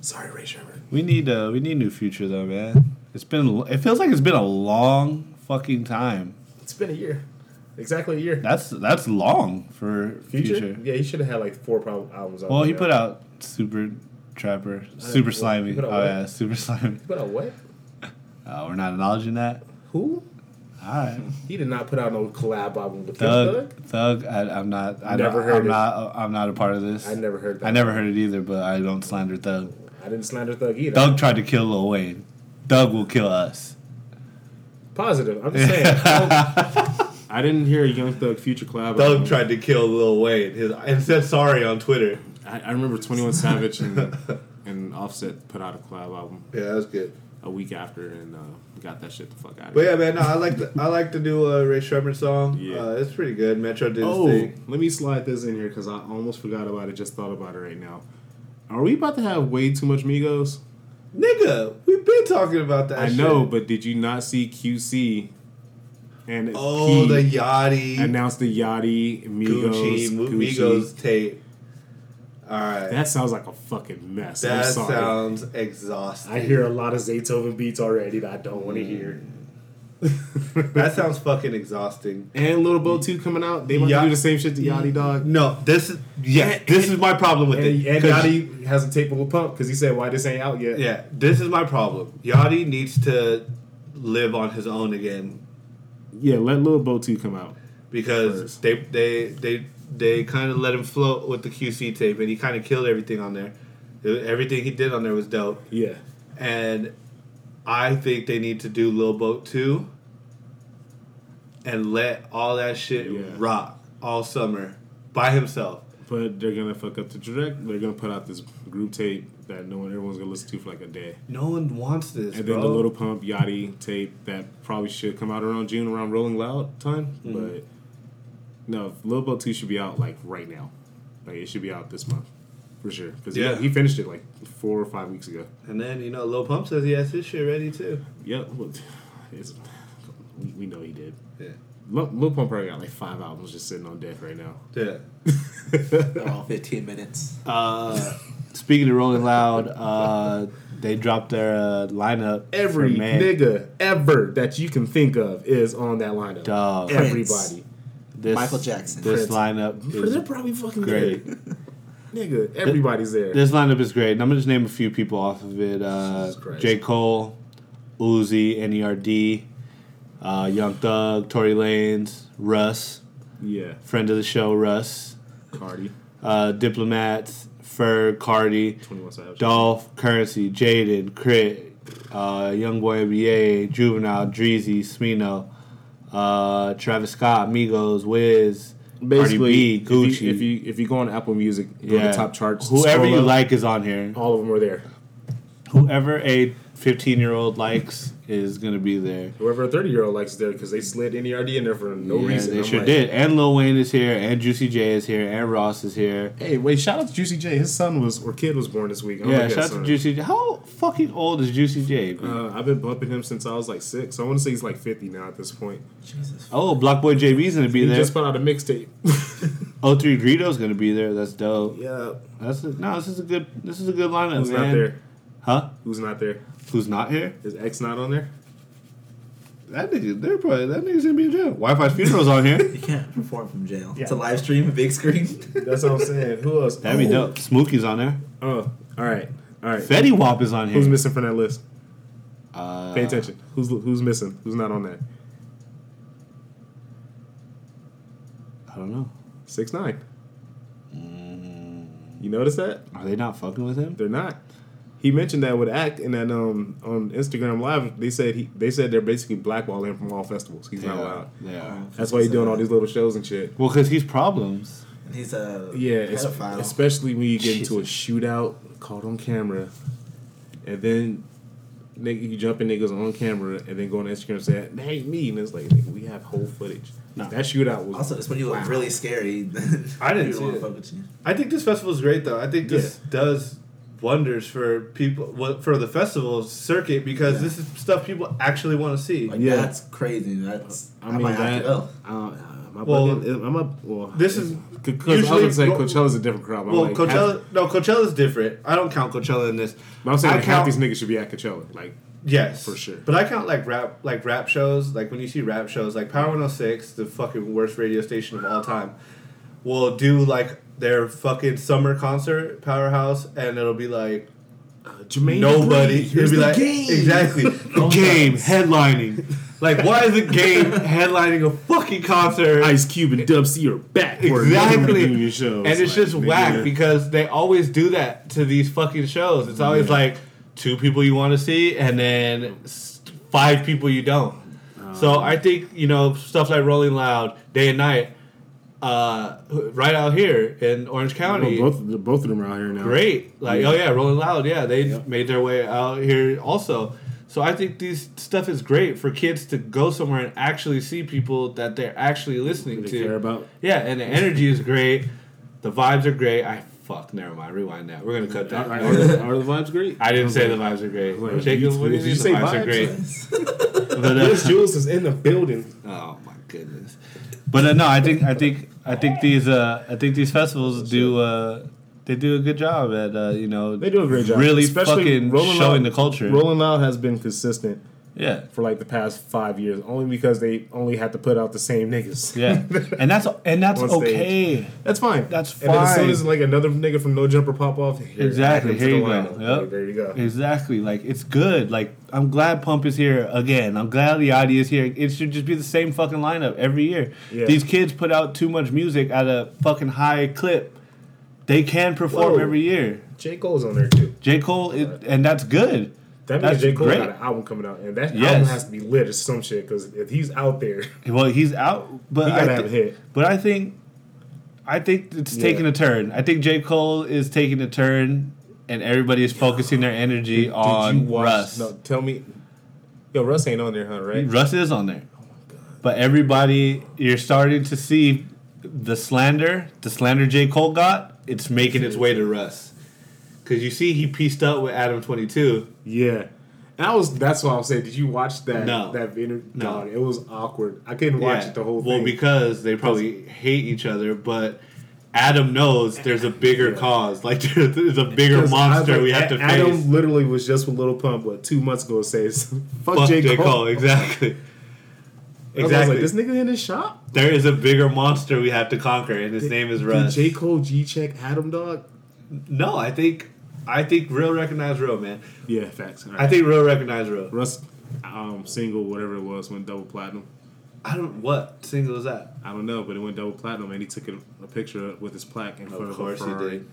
A: sorry, Ray Sherman.
B: We need uh we need new future though, man. It's been it feels like it's been a long fucking time.
A: It's been a year, exactly a year.
B: That's that's long for future.
A: Future, yeah, he should have had like four prob- albums. out
B: Well,
A: by
B: he
A: now.
B: put out super trapper, super
A: Uh, what-
B: slimy.
A: he put
B: Oh
A: out what?
B: yeah, super slimy.
A: He put out what?
B: Uh, we're not acknowledging that.
A: Who?
B: All right,
A: He did not put out no collab album with Thug.
B: thug, thug. I, I'm not. I
A: Never
B: don't-
A: heard
B: I'm
A: it.
B: not. I'm not a part of this.
A: I never heard that.
B: I never heard it either, but I don't slander Thug.
A: I didn't slander Thug either.
B: Thug tried to kill Lil Wayne. Thug will kill us.
A: Positive. I'm just saying. Thug- I didn't hear a Young Thug Future collab.
E: Doug
A: album.
E: tried to kill Lil Wayne his, and said sorry on Twitter.
A: I, I remember Twenty One Savage and, and Offset put out a collab album
E: Yeah, that was good.
A: a week after and uh, got that shit the fuck out of
E: But
A: here.
E: yeah, man, no, I like the I like the new uh, Ray Shremmer song.
A: Yeah.
E: Uh, it's pretty good. Metro did his
A: Oh,
E: thing.
A: let me slide this in here because I almost forgot about it. Just thought about it right now. Are we about to have way too much Migos?
E: Nigga, we've been talking about that.
A: I
E: shit.
A: know, but did you not see QC and
E: Oh,
A: P
E: the Yachty
A: announced the Yachty Migos
E: Gucci,
A: Gucci?
E: Mo- Migos tape. All right,
A: That sounds like a fucking mess.
E: that
A: I'm sorry.
E: sounds exhausting.
A: I hear a lot of Zaytoven beats already that I don't want to hear.
E: that sounds fucking exhausting.
A: And Little Bo 2 coming out, they want
E: Yeah.
A: to do the same shit to Yachty Dog.
E: No, this is yeah,
A: And-
E: this is my problem with
A: And,
E: it.
A: and
E: 'Cause-
A: Yachty hasn't taped with Pump because he said, why this ain't out yet.
E: Yeah, this is my problem. Yachty needs to live on his own again
A: Yeah, let Lil Bo 2 come out.
E: because
A: First.
E: they they they they kind of let him float with the QC tape, and he kind of killed everything on there. Everything he did on there was dope,
A: Yeah.
E: and I think they need to do Lil Boat too, and let all that shit
A: Yeah.
E: rock all summer by himself.
A: But they're gonna fuck up the direct. They're gonna put out this group tape that no one, everyone's gonna listen to for like a day,
E: No one wants this,
A: and
E: bro.
A: then the little pump Yachty tape that probably should come out around June, around Rolling Loud time. But no, Lil Bo Two should be out like right now. Like it should be out this month for sure. Because
E: Yeah.
A: he, finished it like four or five weeks ago.
E: and then you know, Lil Pump says he has his shit ready too.
A: Yep, well, it's, we, we know he did.
E: Yeah,
A: Lil, Lil Pump probably got like five albums just sitting on deck right now.
E: yeah.
C: They're all 15 minutes.
B: Uh, speaking of Rolling Loud, uh, they dropped their uh, lineup. for
A: Every
B: May.
A: nigga ever that you can think of is on that lineup.
B: Dog.
A: Everybody.
C: Prince.
B: This-
C: Michael Jackson.
B: This
C: Prince.
B: lineup
A: They're
B: is
A: probably fucking
B: great.
A: dead. Nigga, everybody's there.
B: This lineup is great, and I'm gonna just name a few people off of it. Uh,
A: Jesus Christ.
B: J. Cole, Uzi, N.E.R.D., uh, Young Thug, Tory Lanez, Russ,
A: yeah,
B: friend of the show, Russ,
A: Cardi,
B: uh, Diplomats, Ferg, Cardi,
A: Twenty One Savage.
B: Dolph, Currency, Jaden, Crit, uh, Youngboy NBA, Juvenile, Dreezy, Smino, uh, Travis Scott, Migos, Wiz, Cardi B, Gucci.
A: If you, if you if you go on Apple Music, go to top charts.
B: Whoever
A: scroll
B: you
A: up, Oh,
B: like is on here.
A: all of them are there.
B: Whoever a 15 year old likes is going to be there.
A: Whoever a thirty year old likes is there because they slid NERD in there for no
B: yeah,
A: reason.
B: They
A: I'm
B: sure
A: like,
B: did. And Lil Wayne is here, and Juicy J is here, and Ross is here.
A: Hey, wait! Shout out to Juicy J. His son was or kid was born this week. I don't
B: yeah,
A: like that
B: shout out to
A: son.
B: Juicy J. How fucking old is Juicy J?
A: Uh, I've been bumping him since I was like six. I want to say he's like fifty now at this point.
C: Jesus.
B: oh, Blockboy JB's going to be
A: He
B: there.
A: just put out a mixtape.
B: Oh, three Greedo's going to be there. That's dope.
A: yeah,
B: That's a, no. This is a good. This is a good lineup,
A: who's
B: man.
A: not there?
B: Huh?
A: Who's not there?
B: Who's not here?
A: Is X not on there?
B: That nigga. They're probably that nigga's gonna be in jail. Wi-Fi funeral's on here.
C: You can't perform from jail.
A: Yeah.
C: It's a live stream, big screen.
A: That's what I'm saying. Who else?
B: That'd be
A: Oh.
B: dope. Smokey's on there.
A: Oh, all right, all right.
B: Fetty Wap is on here.
A: Who's missing from that list?
B: Uh,
A: Pay attention. Who's who's missing? Who's not on that?
B: I don't know.
A: Six nine. You notice that
B: Mm, Are they not fucking with him?
A: they're not. He mentioned that with Act and that um on Instagram Live they said he they said they're basically blackballing him from all festivals. He's not
B: Yeah,
A: allowed.
B: They
F: Uh-huh.
B: are.
A: That's why he's doing all these little shows and shit.
B: Well, because he's problems.
C: And he's a
A: Yeah, it's,
C: pedophile.
A: especially when you get into a shootout caught on camera, and then nigga, you jumping niggas on camera, and then go on Instagram and say that ain't me, and it's like nigga, we have whole footage.
B: No.
A: That shootout was
C: also, it's when you look really scary.
F: I didn't
C: people
F: see
C: wanna
F: it.
C: fuck with you.
F: I think this festival is great, though. I think this does wonders for people well, for the festival circuit because
C: Yeah.
F: this is stuff people actually want to see.
C: Like
A: Yeah.
C: that's crazy. That's
A: I mean
C: might have
A: that.
C: to go.
A: Uh, my
F: Well,
A: well, I'm up. Well,
F: this is
A: because I
F: usually-
A: would say
F: well-
A: Coachella's a different crowd. but I'm
F: well,
A: like,
F: Coachella.
A: half-
F: no, Coachella's different. I don't count Coachella in this.
A: but I'm saying
F: I
A: like, half
F: count-
A: these niggas should be at Coachella. Like,
F: Yes,
A: For sure.
F: But I count like rap, like rap shows. Like when you see rap shows, like Power 106, the fucking worst radio station of all time, will do like their fucking summer concert, Powerhouse, and it'll be like
A: Jermaine
F: nobody.
A: Dupri,
F: it'll
A: here's
F: be
A: the
F: like
A: game.
F: exactly
A: Oh,
F: the
B: Game headlining.
F: Like why is the game headlining a fucking concert?
A: Ice Cube and Dub C are back. for another
F: Exactly,
A: reunion show.
F: and it's
A: like,
F: just
A: nigga.
F: whack because they always do that to these fucking shows. It's always like two people you want to see, and then s- five people you don't.
A: Oh.
F: so I think you know stuff like Rolling Loud, Day and Night, uh, right out here in Orange
A: Well,
F: County.
A: both both of them are out here now.
F: Great, like oh yeah, Rolling Loud, yeah, they
A: Yep.
F: made their way out here also. So I think these stuff is great for kids to go somewhere and actually see people that they're actually listening
A: They
F: to.
A: care about.
F: Yeah, and the energy is great. The vibes are great. I fuck. Never mind. Rewind that. We're gonna cut that.
A: Are, are the, are the vibes great?
F: I didn't say the vibes are great.
A: Wait,
F: Jacob,
A: you-
F: what do you
A: did
F: mean
A: you
F: the
A: say
F: vibes, are
A: vibes?
F: great? But, uh,
A: Miss Jules is in the building.
F: oh my goodness.
B: But uh, no, I think I think I think these uh, I think these festivals do uh, they do a good job at uh, you know
A: They do a great job.
B: really
A: Especially
B: fucking
A: Rolling
B: showing
A: Loud-
B: the culture.
A: Rolling Loud has been consistent
B: yeah.
A: for like the past five years, only because they only had to put out the same niggas.
B: Yeah, and that's and that's
A: On stage.
B: okay.
A: That's fine.
B: That's
A: And then as soon
B: fine.
A: as like another nigga from No Jumper pop off, here,
B: Exactly.
A: add him to
B: Here you
A: the
B: go.
A: lineup.
B: Yep.
A: Like, there you go.
B: Exactly. Like it's good. Like I'm glad Pump is here again. I'm glad Yachty is here. It should just be the same fucking lineup every year.
A: Yeah.
B: These kids put out too much music at a fucking high clip. They can perform
A: Whoa.
B: every year.
A: J Cole's on there too.
B: J Cole, it, and that's good.
A: That means
B: That's
A: J Cole
B: great.
A: got an album coming out, and that
B: Yes.
A: album has to be lit or some shit. Because if he's out there,
B: Well, he's out, but
A: He gotta
B: I
A: have a hit.
B: But I think, I think it's
A: Yeah.
B: taking a turn. I think J Cole is taking a turn, and everybody is focusing their energy on Russ.
A: No, tell me. Yo, Russ ain't on there, huh? Right?
B: Russ is on there. But everybody, you're starting to see the slander, the slander J. Cole got, it's making
F: Making
B: its
F: its
B: way.
F: way to Russ. Cause you see, he pieced up with Adam Twenty Two.
A: Yeah. And I was. That's why I was saying. Did you watch that?
F: No.
A: That interview?
F: No.
A: Dog, it was awkward. I couldn't watch it the whole
F: well,
A: thing.
F: because they probably hate each other, but Adam knows there's a bigger cause. Like there's, there's a bigger
A: 'Cause I was
F: monster
A: like,
F: we have to
A: A- Adam
F: face.
A: literally was just with Little Pump what two months ago saying, "Fuck,
F: Fuck
A: J. Cole."
F: exactly.
A: I was like,
F: Exactly.
A: this nigga in his shop.
F: there is a bigger monster we have to conquer, and his name is
A: Dude,
F: Russ.
A: J. Cole G check Adam dog.
B: No, I think I think real recognize real, man.
A: Yeah, facts. All right.
B: I think real recognize real.
A: Russ, um, single whatever it was went double platinum.
B: I don't what single is that?
A: I don't know, but it went double platinum, and he took a, a picture with his plaque in front of,
B: Of course
A: a
B: he
A: Ferrari
B: did.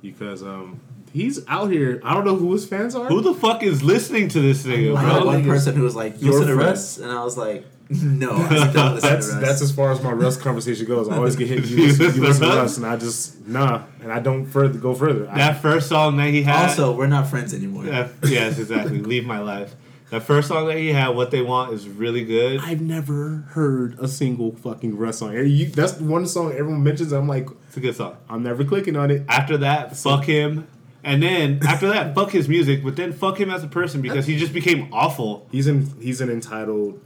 A: because um he's out here. I don't know who his fans are.
G: Who the fuck is listening to this nigga,
C: I had
G: bro?
C: one person who was like, "You
A: Your
C: listen to
A: friend.
C: Russ," and I was like, "No, I don't listen
A: that's
C: to Russ."
A: that's as far as my Russ conversation goes. I always get hit. You listen, you listen to Russ, and I just nah, and I don't further go further. I-
G: That first song that he had.
C: also, we're not friends anymore.
G: that, yes, exactly. Leave my life. That first song that he had, "What They Want," is really good.
A: I've never heard a single fucking Russ song. And you- that's one song everyone mentions. I'm like,
G: It's a good song.
A: I'm never clicking on it.
G: After that, fuck him. And then after that, fuck his music, but then fuck him as a person because he just became awful.
A: He's in. He's an entitled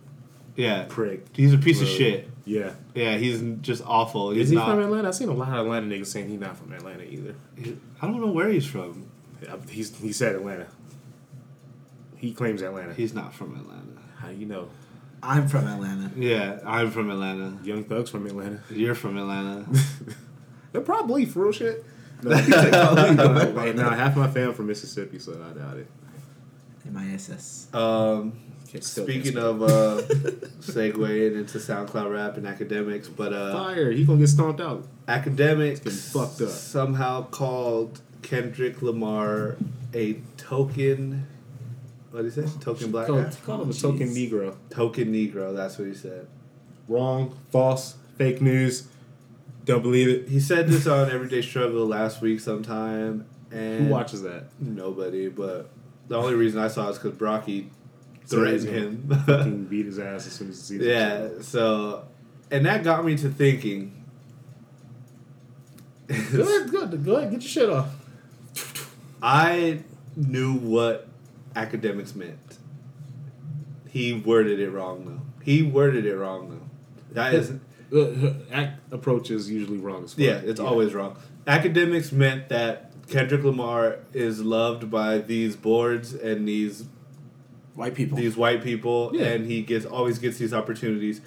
G: Yeah,
A: prick.
G: he's a piece of
A: Bro.
G: shit.
A: Yeah.
G: Yeah, he's just awful. He's
A: Is he
G: not,
A: from Atlanta? I've seen a lot of Atlanta niggas saying he's not from Atlanta either.
G: I don't know where he's from.
A: Uh, He's he said Atlanta. He claims Atlanta.
G: He's not from Atlanta.
A: How you know?
C: I'm from Atlanta.
G: Yeah, I'm from Atlanta.
A: Young Thug's from Atlanta.
G: You're from Atlanta.
A: They're probably for real shit. No, right now half my fam from Mississippi, so I doubt it.
C: M-I-S-S.
A: Uh,
B: Um,
A: Can't- still can't
B: speaking
A: spell
B: of uh, segueing into SoundCloud rap and academics, but
A: it.
B: uh,
A: fire, he gonna get stomped out.
B: academics
A: fucked up.
B: somehow called Kendrick Lamar a token. What did he say? Token black
A: Call,
B: guy?
A: call him a token Negro.
B: Token Negro. That's what he said.
A: Wrong, false, fake news. Don't believe it.
B: He said this on Everyday Struggle last week sometime. And
A: Who watches that?
B: Nobody, but the only reason I saw it is because Brocky
A: So he's
B: threatened
A: gonna
B: him.
A: Fucking beat his ass as soon as he sees
B: yeah,
A: it.
B: so, and that got me to thinking.
A: Good, good. Go ahead, get your shit off.
B: I knew what academics meant. He worded it wrong, though. He worded it wrong, though. That is,
A: The act approach is usually wrong as fuck.
B: yeah, it's always wrong. Academics meant that Kendrick Lamar is loved by these boards and these
C: White people.
B: these white people,
A: Yeah.
B: and he gets always gets these opportunities.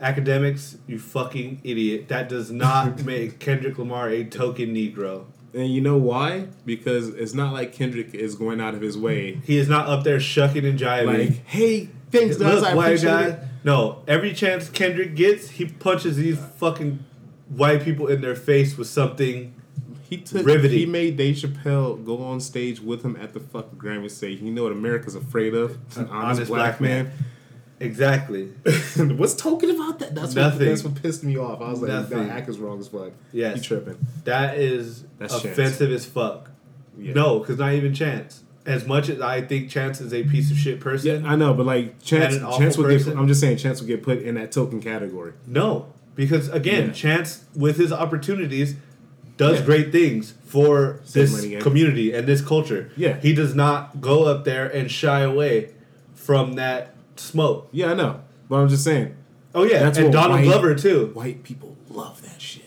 B: Academics, you fucking idiot! That does not make Kendrick Lamar a token Negro.
A: And you know why? Because it's not like Kendrick is going out of his way.
B: He is not up there shucking and jiving.
A: Like, hey, thanks, guys. I
B: Look, white
A: appreciate
B: guy.
A: it.
B: No, every chance Kendrick gets, he punches these fucking white people in their face with something.
A: He took.
B: Riveting.
A: He made Dave Chappelle go on stage with him at the fucking Grammy and say, "You know what America's afraid of? An honest,
B: honest
A: black,
B: black man." Exactly.
A: man." What's token about that? That's what,
B: Nothing.
A: that's what pissed me off. I was like,
B: Nothing.
A: "That act is wrong as fuck."
B: Yes.
A: he tripping.
B: That is
A: That's
B: offensive as fuck.
A: Yeah.
B: No, because not even Chance. As much as I think Chance is a piece of shit person,
A: Yeah, I know, but like chance,
B: And an awful
A: chance would get.
B: person.
A: I'm just saying, chance would get put in that token category.
B: No, because again,
A: Yeah.
B: Chance with his opportunities does
A: Yeah.
B: great things for
A: Save
B: this
A: money, yeah.
B: community and this culture.
A: Yeah.
B: he does not go up there and shy away from that smoke.
A: Yeah, I know, but I'm just saying,
B: Oh yeah,
A: That's
B: and
A: what
B: Donald
A: white-
B: Glover too.
A: white people love that shit.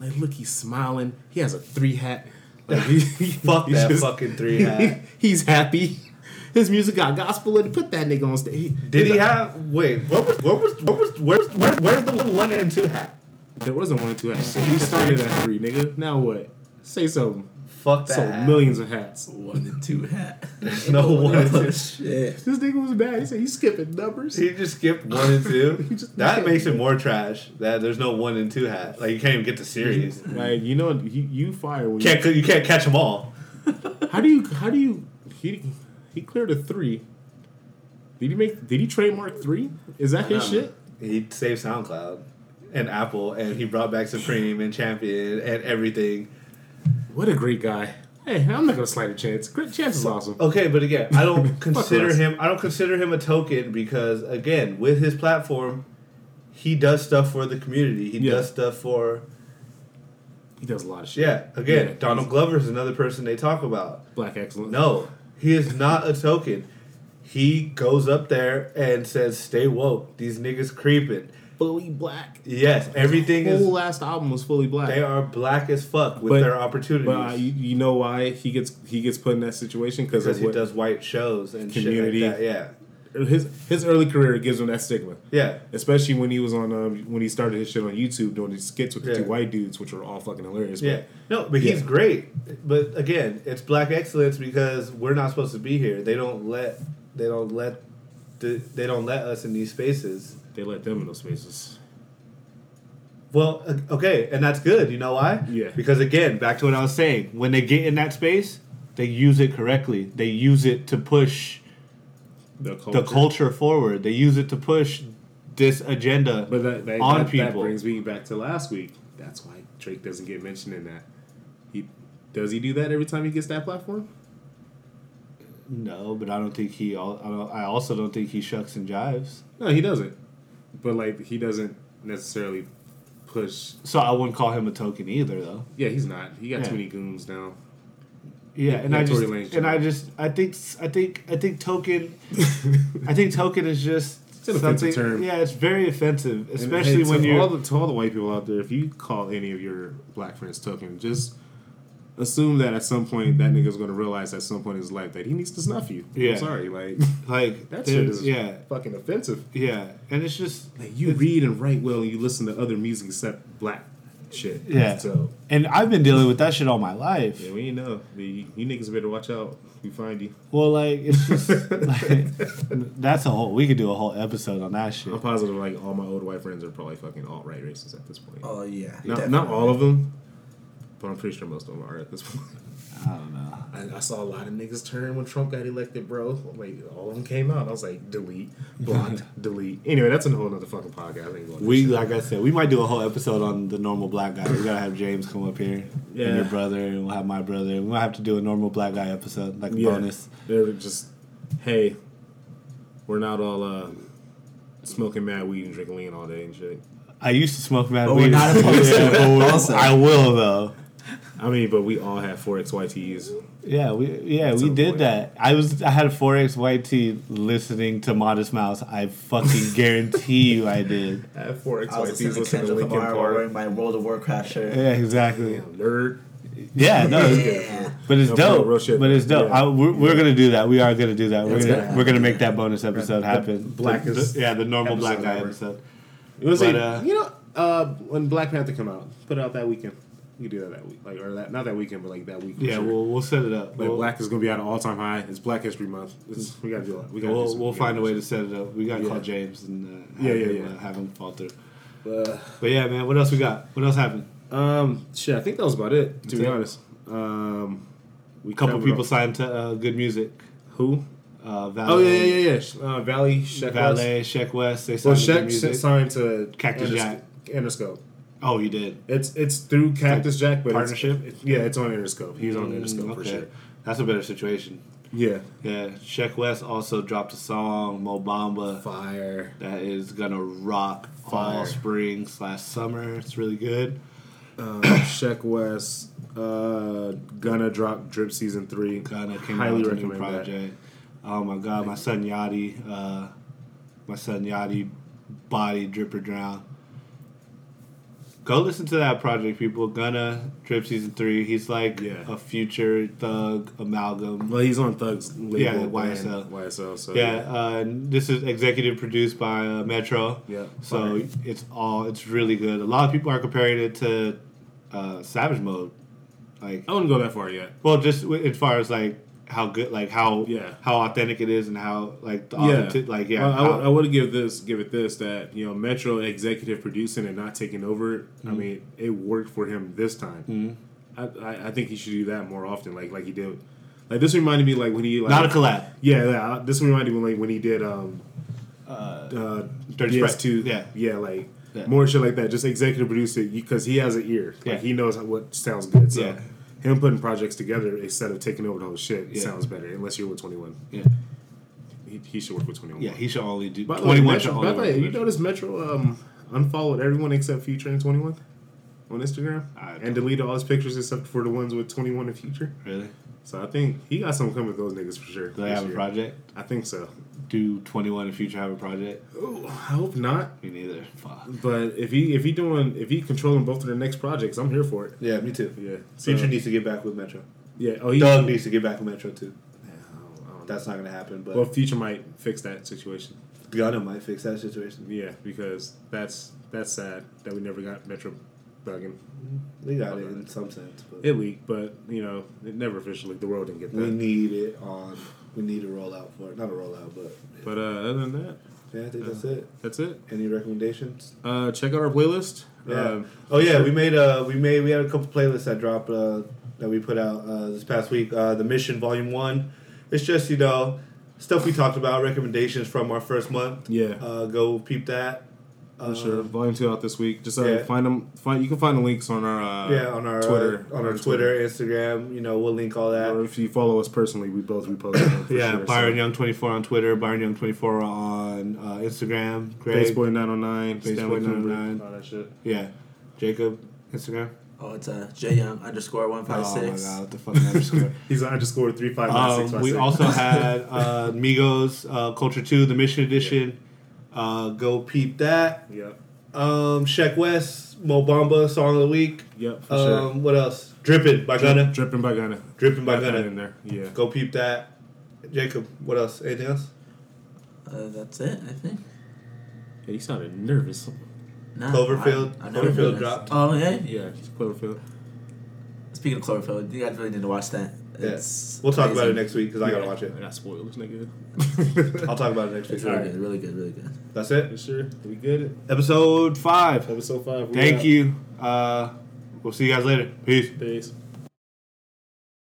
A: Like, look, he's smiling. He has a three hat. Like, he,
B: Fuck
A: he's
B: that fucking three hat.
A: he's happy. His music got gospel in it. Put that nigga on stage. He-
B: Did he
A: he's like-
B: have? Wait, what was? What was? What was? Where's? Where, where's the one and two hat?
A: There wasn't one or two hats. He started at three, nigga. Now what? Say something.
B: Fuck that.
A: Sold
B: hat.
A: millions of hats.
C: One and two hat.
B: No one and
C: Oh,
B: two.
C: shit.
A: This nigga was bad. He said he's skipping numbers.
B: He just skipped one and two.
A: just-
B: that makes it more trash. That there's no one and two hat. Like you can't even get the series.
A: Like you know, you, you fire when you
B: Can't you can't catch them all.
A: How do you? How do you? He he cleared a three. Did he make? Did he trademark three? Is that his
C: I don't know.
A: shit?
B: He saved SoundCloud and Apple, and he brought back Supreme and Champion and everything.
A: What a great guy. Hey, I'm not gonna slide a chance. Great chance is awesome.
B: Okay, but again, I don't
A: Fuck
B: consider
A: Russ.
B: him. I don't consider him a token because again, with his platform, he does stuff for the community. He
A: Yeah.
B: does stuff for
A: He does a lot of shit.
B: yeah. Again,
A: Yeah.
B: Donald Glover is another person they talk about.
A: Black excellence.
B: No, he is not a token. He goes up there and says, "Stay woke. These niggas creeping."
A: fully black.
B: Yes, everything
A: His whole
B: is.
A: last album was fully black.
B: They are black as fuck with
A: But-
B: their opportunities.
A: but uh, you, you know why he gets he gets put in that situation because
B: because
A: of
B: he
A: what
B: does white shows and
A: Community.
B: shit like that.
A: his his early career gives him that stigma.
D: Yeah.
A: Especially when he was on um, when he started his shit on YouTube doing these skits with the two
D: Yeah.
A: white dudes, which were all fucking hilarious.
D: Yeah.
A: But
D: No, but he's
A: Yeah.
D: great. But again, it's black excellence because we're not supposed to be here. They don't let they don't let the, they don't let us in these spaces.
A: they let them in those spaces.
D: Well,
B: uh,
D: o- okay, and that's good. You know why?
A: Yeah.
D: Because again, back
B: Back to what I was saying. When they get in that space, they use it correctly. They use it to push
A: The culture.
B: the culture forward. They use it to push this agenda.
A: But that, that,
B: on
A: that, that
B: people.
A: brings me back to last week. That's why Drake doesn't get mentioned in that. He does he do that every time he gets that platform?
B: No, but I don't think he. al- I, don't, I also don't think he shucks and jives.
A: No, he doesn't. But like he doesn't necessarily push.
B: So I wouldn't call him a token either, though.
A: Yeah, he's not. He got
B: Yeah.
A: too many goons now.
B: Yeah, and
A: Yeah,
B: I
A: Tory
B: just
A: Lane's
B: and I
A: job.
B: just I think I think I think token I think token is just
A: an
B: something.
A: offensive term.
B: Yeah, it's very offensive,
A: And,
B: especially
A: hey,
B: when
A: to
B: you're
A: all the, to all the white people out there. If you call any of your black friends token, just assume that at some point that nigga's going to realize at some point in his life that he needs to snuff you.
B: Yeah.
A: I'm sorry, like
B: like
A: that shit
B: there's-
A: is
B: yeah
A: fucking offensive.
B: yeah, and it's just
A: Like you read and write well, and you listen to other music except black shit.
B: Yeah.
A: So
B: and I've been dealing with that shit all my life.
A: yeah, we know. You, you niggas better watch out. We find you.
B: Well, like it's just like, that's a whole. We could do a whole episode on that shit.
A: I'm positive like all my old white friends are probably fucking alt right racists at this point.
C: Oh yeah.
A: not, not
C: definitely.
A: all of them, but I'm pretty sure most of them are at this point.
B: I don't know.
A: I, I saw a lot of niggas turn when Trump got elected, bro. Like all of them came out. I was like, delete, blocked, delete. Anyway, that's a whole nother fucking podcast. I ain't going
B: We like I said, we might do a whole episode on the normal black guy. We gotta have James come up here, and
A: Yeah.
B: your brother, and we'll have my brother. We might have to do a normal black guy episode, like a
A: yeah,
B: bonus.
A: They're just, hey, we're not all uh, smoking mad weed and drinking lean all day and shit.
B: I used to smoke mad
C: But
B: weed.
C: we're not opposed to
B: Yeah,
C: it
B: but we're-
C: also.
B: I will though.
A: I mean, but we all have four XYTs.
B: Yeah, we yeah
A: At
B: we
A: some
B: did
A: point.
B: that. I was I had a forex white tea listening to Modest Mouse. I fucking guarantee you I did.
A: I have four
C: I
A: XYTs
C: was listening to
A: listening to
C: Kendrick
A: Linkin
C: Lamar wearing
A: Park.
C: my World of Warcraft shirt.
B: Yeah, exactly.
A: Damn, nerd.
B: Yeah, no, it's-
C: Yeah.
B: but it's
A: No,
B: dope.
A: bro, real shit.
B: But it's dope.
A: Yeah.
B: I, we're, we're gonna do that. We are gonna do that. We're
A: That's
B: gonna
A: gonna
B: we're gonna make that bonus episode
A: The
B: happen.
A: blackest
B: The- yeah, the normal black
A: episode
B: guy
A: ever.
B: episode.
A: It was
B: But,
A: like,
B: uh,
A: you know, uh, when Black Panther come out, put it out that weekend. You can do that that week, like or that not that weekend, but like that week. for
B: Yeah,
A: sure.
B: we'll we'll set it up.
A: Like
B: We'll, Mm.
A: black is gonna be at an all time high. It's Black History Month. It's, we gotta do it. We gotta do
B: we'll,
A: something.
B: we'll find a way to set it up. We gotta call
A: Yeah.
B: James and uh, have,
A: Yeah, yeah,
B: him,
A: yeah.
B: uh, have him fall through.
A: Uh,
B: But yeah, man, what else we got? What else happened?
A: um, shit. I think that was about it. To
B: That's
A: be
B: it.
A: honest, um, we
B: A couple
A: covered
B: people
A: all-
B: signed to uh, Good Music.
A: Who?
B: Uh, Valet,
A: Oh yeah, yeah, yeah, yeah. Uh, Valley Sheck. West.
B: Valet, Sheck West. They
A: Well,
B: signed to Good
A: Sheck
B: Music.
A: signed to
B: Cactus
A: Intersc-
B: Jack.
A: Interscope.
B: oh, you did.
A: It's it's through Cactus Jack, but it's-
B: partnership?
A: it's- yeah, it's on Interscope. He's on
B: Mm,
A: Interscope for
B: okay.
A: sure.
B: That's a better situation.
A: Yeah.
B: Yeah, Sheck West also dropped a song, Mobamba.
A: Fire.
B: that is gonna rock
A: Fire.
B: fall spring slash summer. It's really good.
A: Um, Sheck West, uh, gonna drop Drip Season 3.
B: Gonna came
A: Highly
B: out with a new
A: recommend that.
B: project. Oh my god, my son Yachty, uh, my son Yachty, body dripper drown. Go listen to that project, people. Gonna drip season three. He's like
A: Yeah.
B: a future thug amalgam.
A: Well, he's on Thugs label.
B: Yeah,
A: man.
B: YSL.
A: YSL, so.
B: yeah, uh, and this is executive produced by uh, Metro.
A: Yeah,
B: So
A: fire.
B: it's all it's really good. A lot of people are comparing it to uh, Savage Mode, like
A: I wouldn't go that far yet.
B: well, just w- as far as like how good, like how
A: Yeah.
B: how authentic it is, and how like the
A: Yeah.
B: authentic, like yeah,
A: I- I,
B: how-
A: would- I would give this, give it this, that, you know, Metro executive producing and not taking over, I
B: Mm-hmm.
A: mean, it worked for him this time. I, I, I think he should do that more often, like like he did. Like, this reminded me, like, when he, like.
B: not a collab.
A: Yeah, yeah, this reminded me, like, when he did, um, uh,
B: Dirty
A: Yes,
B: Sprite.
A: too.
B: Yeah.
A: yeah, like
B: Yeah.
A: more shit like that. Just executive produce it because he has an ear. Like
B: Yeah.
A: he knows how- what sounds good. So
B: Yeah.
A: him putting projects together instead of taking over the whole shit
B: Yeah.
A: sounds better. Unless you're with Twenty One,
B: Yeah,
A: he, he should work with Twenty One.
B: yeah, he should only do
A: By the
B: twenty
A: way,
B: one. Should
A: Metro,
B: only
A: by the
B: work
A: way,
B: with
A: you
B: Metro.
A: notice Metro um, unfollowed everyone except Future and Twenty One on Instagram,
B: I don't-
A: and deleted all his pictures except for the ones with Twenty One and Future.
B: really?
A: So I think he got something coming with those niggas for sure.
B: Do they
A: this
B: have a
A: year.
B: project?
A: I think so.
B: Do twenty one and Future have a project?
A: Ooh, I hope not.
B: Me neither. Fuck.
A: But if he if he doing if he controlling both of their next projects, I'm here for it.
D: yeah, me too.
A: Yeah.
D: Future needs to get back with Metro.
A: Yeah. Oh, he.
D: Doug needs to get back with Metro too.
A: I don't- I don't
B: That's not gonna happen. But
A: Well, Future might fix that situation.
B: Gunna might fix that situation.
A: Yeah, because that's that's sad that we never got Metro Bugging.
B: We got it in some sense. But
A: It leaked, but you know, it never officially the world didn't get
B: we
A: that.
B: need it on. We need a rollout for it. Not a rollout, but
A: But uh, other than that,
B: yeah, I think that's it.
A: that's it.
B: Any recommendations?
A: Uh, check out our playlist.
B: Yeah.
A: Um,
B: oh yeah, we made uh we made we had a couple playlists that dropped uh that we put out uh, this past week. Uh, the Mission Volume One. It's just you know stuff we talked about, recommendations from our first month.
A: yeah.
B: Uh, go peep that. Uh,
A: For sure. Volume two out this week. Just uh,
B: yeah.
A: find them. Find you can find the links on our uh,
B: Yeah, on our
A: Twitter
B: Twitter, on our Twitter, Instagram. You know, we'll link all that.
A: Or if you follow us personally, we both repost. Them for
H: yeah,
A: sure.
H: Byron Young twenty four on Twitter, Byron Young twenty four on uh, Instagram,
A: So,
H: Greg,
A: Baseboy nine oh nine,
H: Baseboy 909.
A: all Oh, that shit.
H: yeah, Jacob, Instagram.
C: Oh, it's uh, J Young underscore one five
H: oh
C: six.
H: my god, what the fucking
B: Um,
H: underscore.
A: He's an underscore three five nine six
H: Um,
A: five
H: we
A: six.
H: also had uh, Migos uh, Culture Two, the Mission Edition.
B: Uh, go peep that.
A: Yep.
B: Um, Sheck West, Mobamba song of the week.
A: Yep. For
B: Um, what else? Drippin' by
A: sure.
B: Gunna.
A: Dripping by Gunna.
B: Drippin' by
A: Got that
B: Gunna.
A: in there. Yeah.
B: Go peep that. Jacob, what else? Anything else?
C: Uh, that's it, I think.
A: Yeah, you sounded nervous.
C: Nah,
B: Cloverfield-
C: I- I never
B: Cloverfield
C: heard
B: dropped.
C: that. Oh yeah.
A: Yeah, it's Cloverfield.
C: Speaking of Cloverfield, you guys really need to watch that.
B: Yeah.
C: It's
B: We'll talk about it
C: amazing.
B: next week because I gotta watch it.
A: I got spoilers, nigga.
B: I'll talk about it next week.
C: It's really good, really good, really good.
B: That's it.
A: For sure. We good.
H: Episode five.
A: Episode five. we
H: Thank
A: out.
H: you. Uh, we'll see you guys later. Peace.
A: Peace.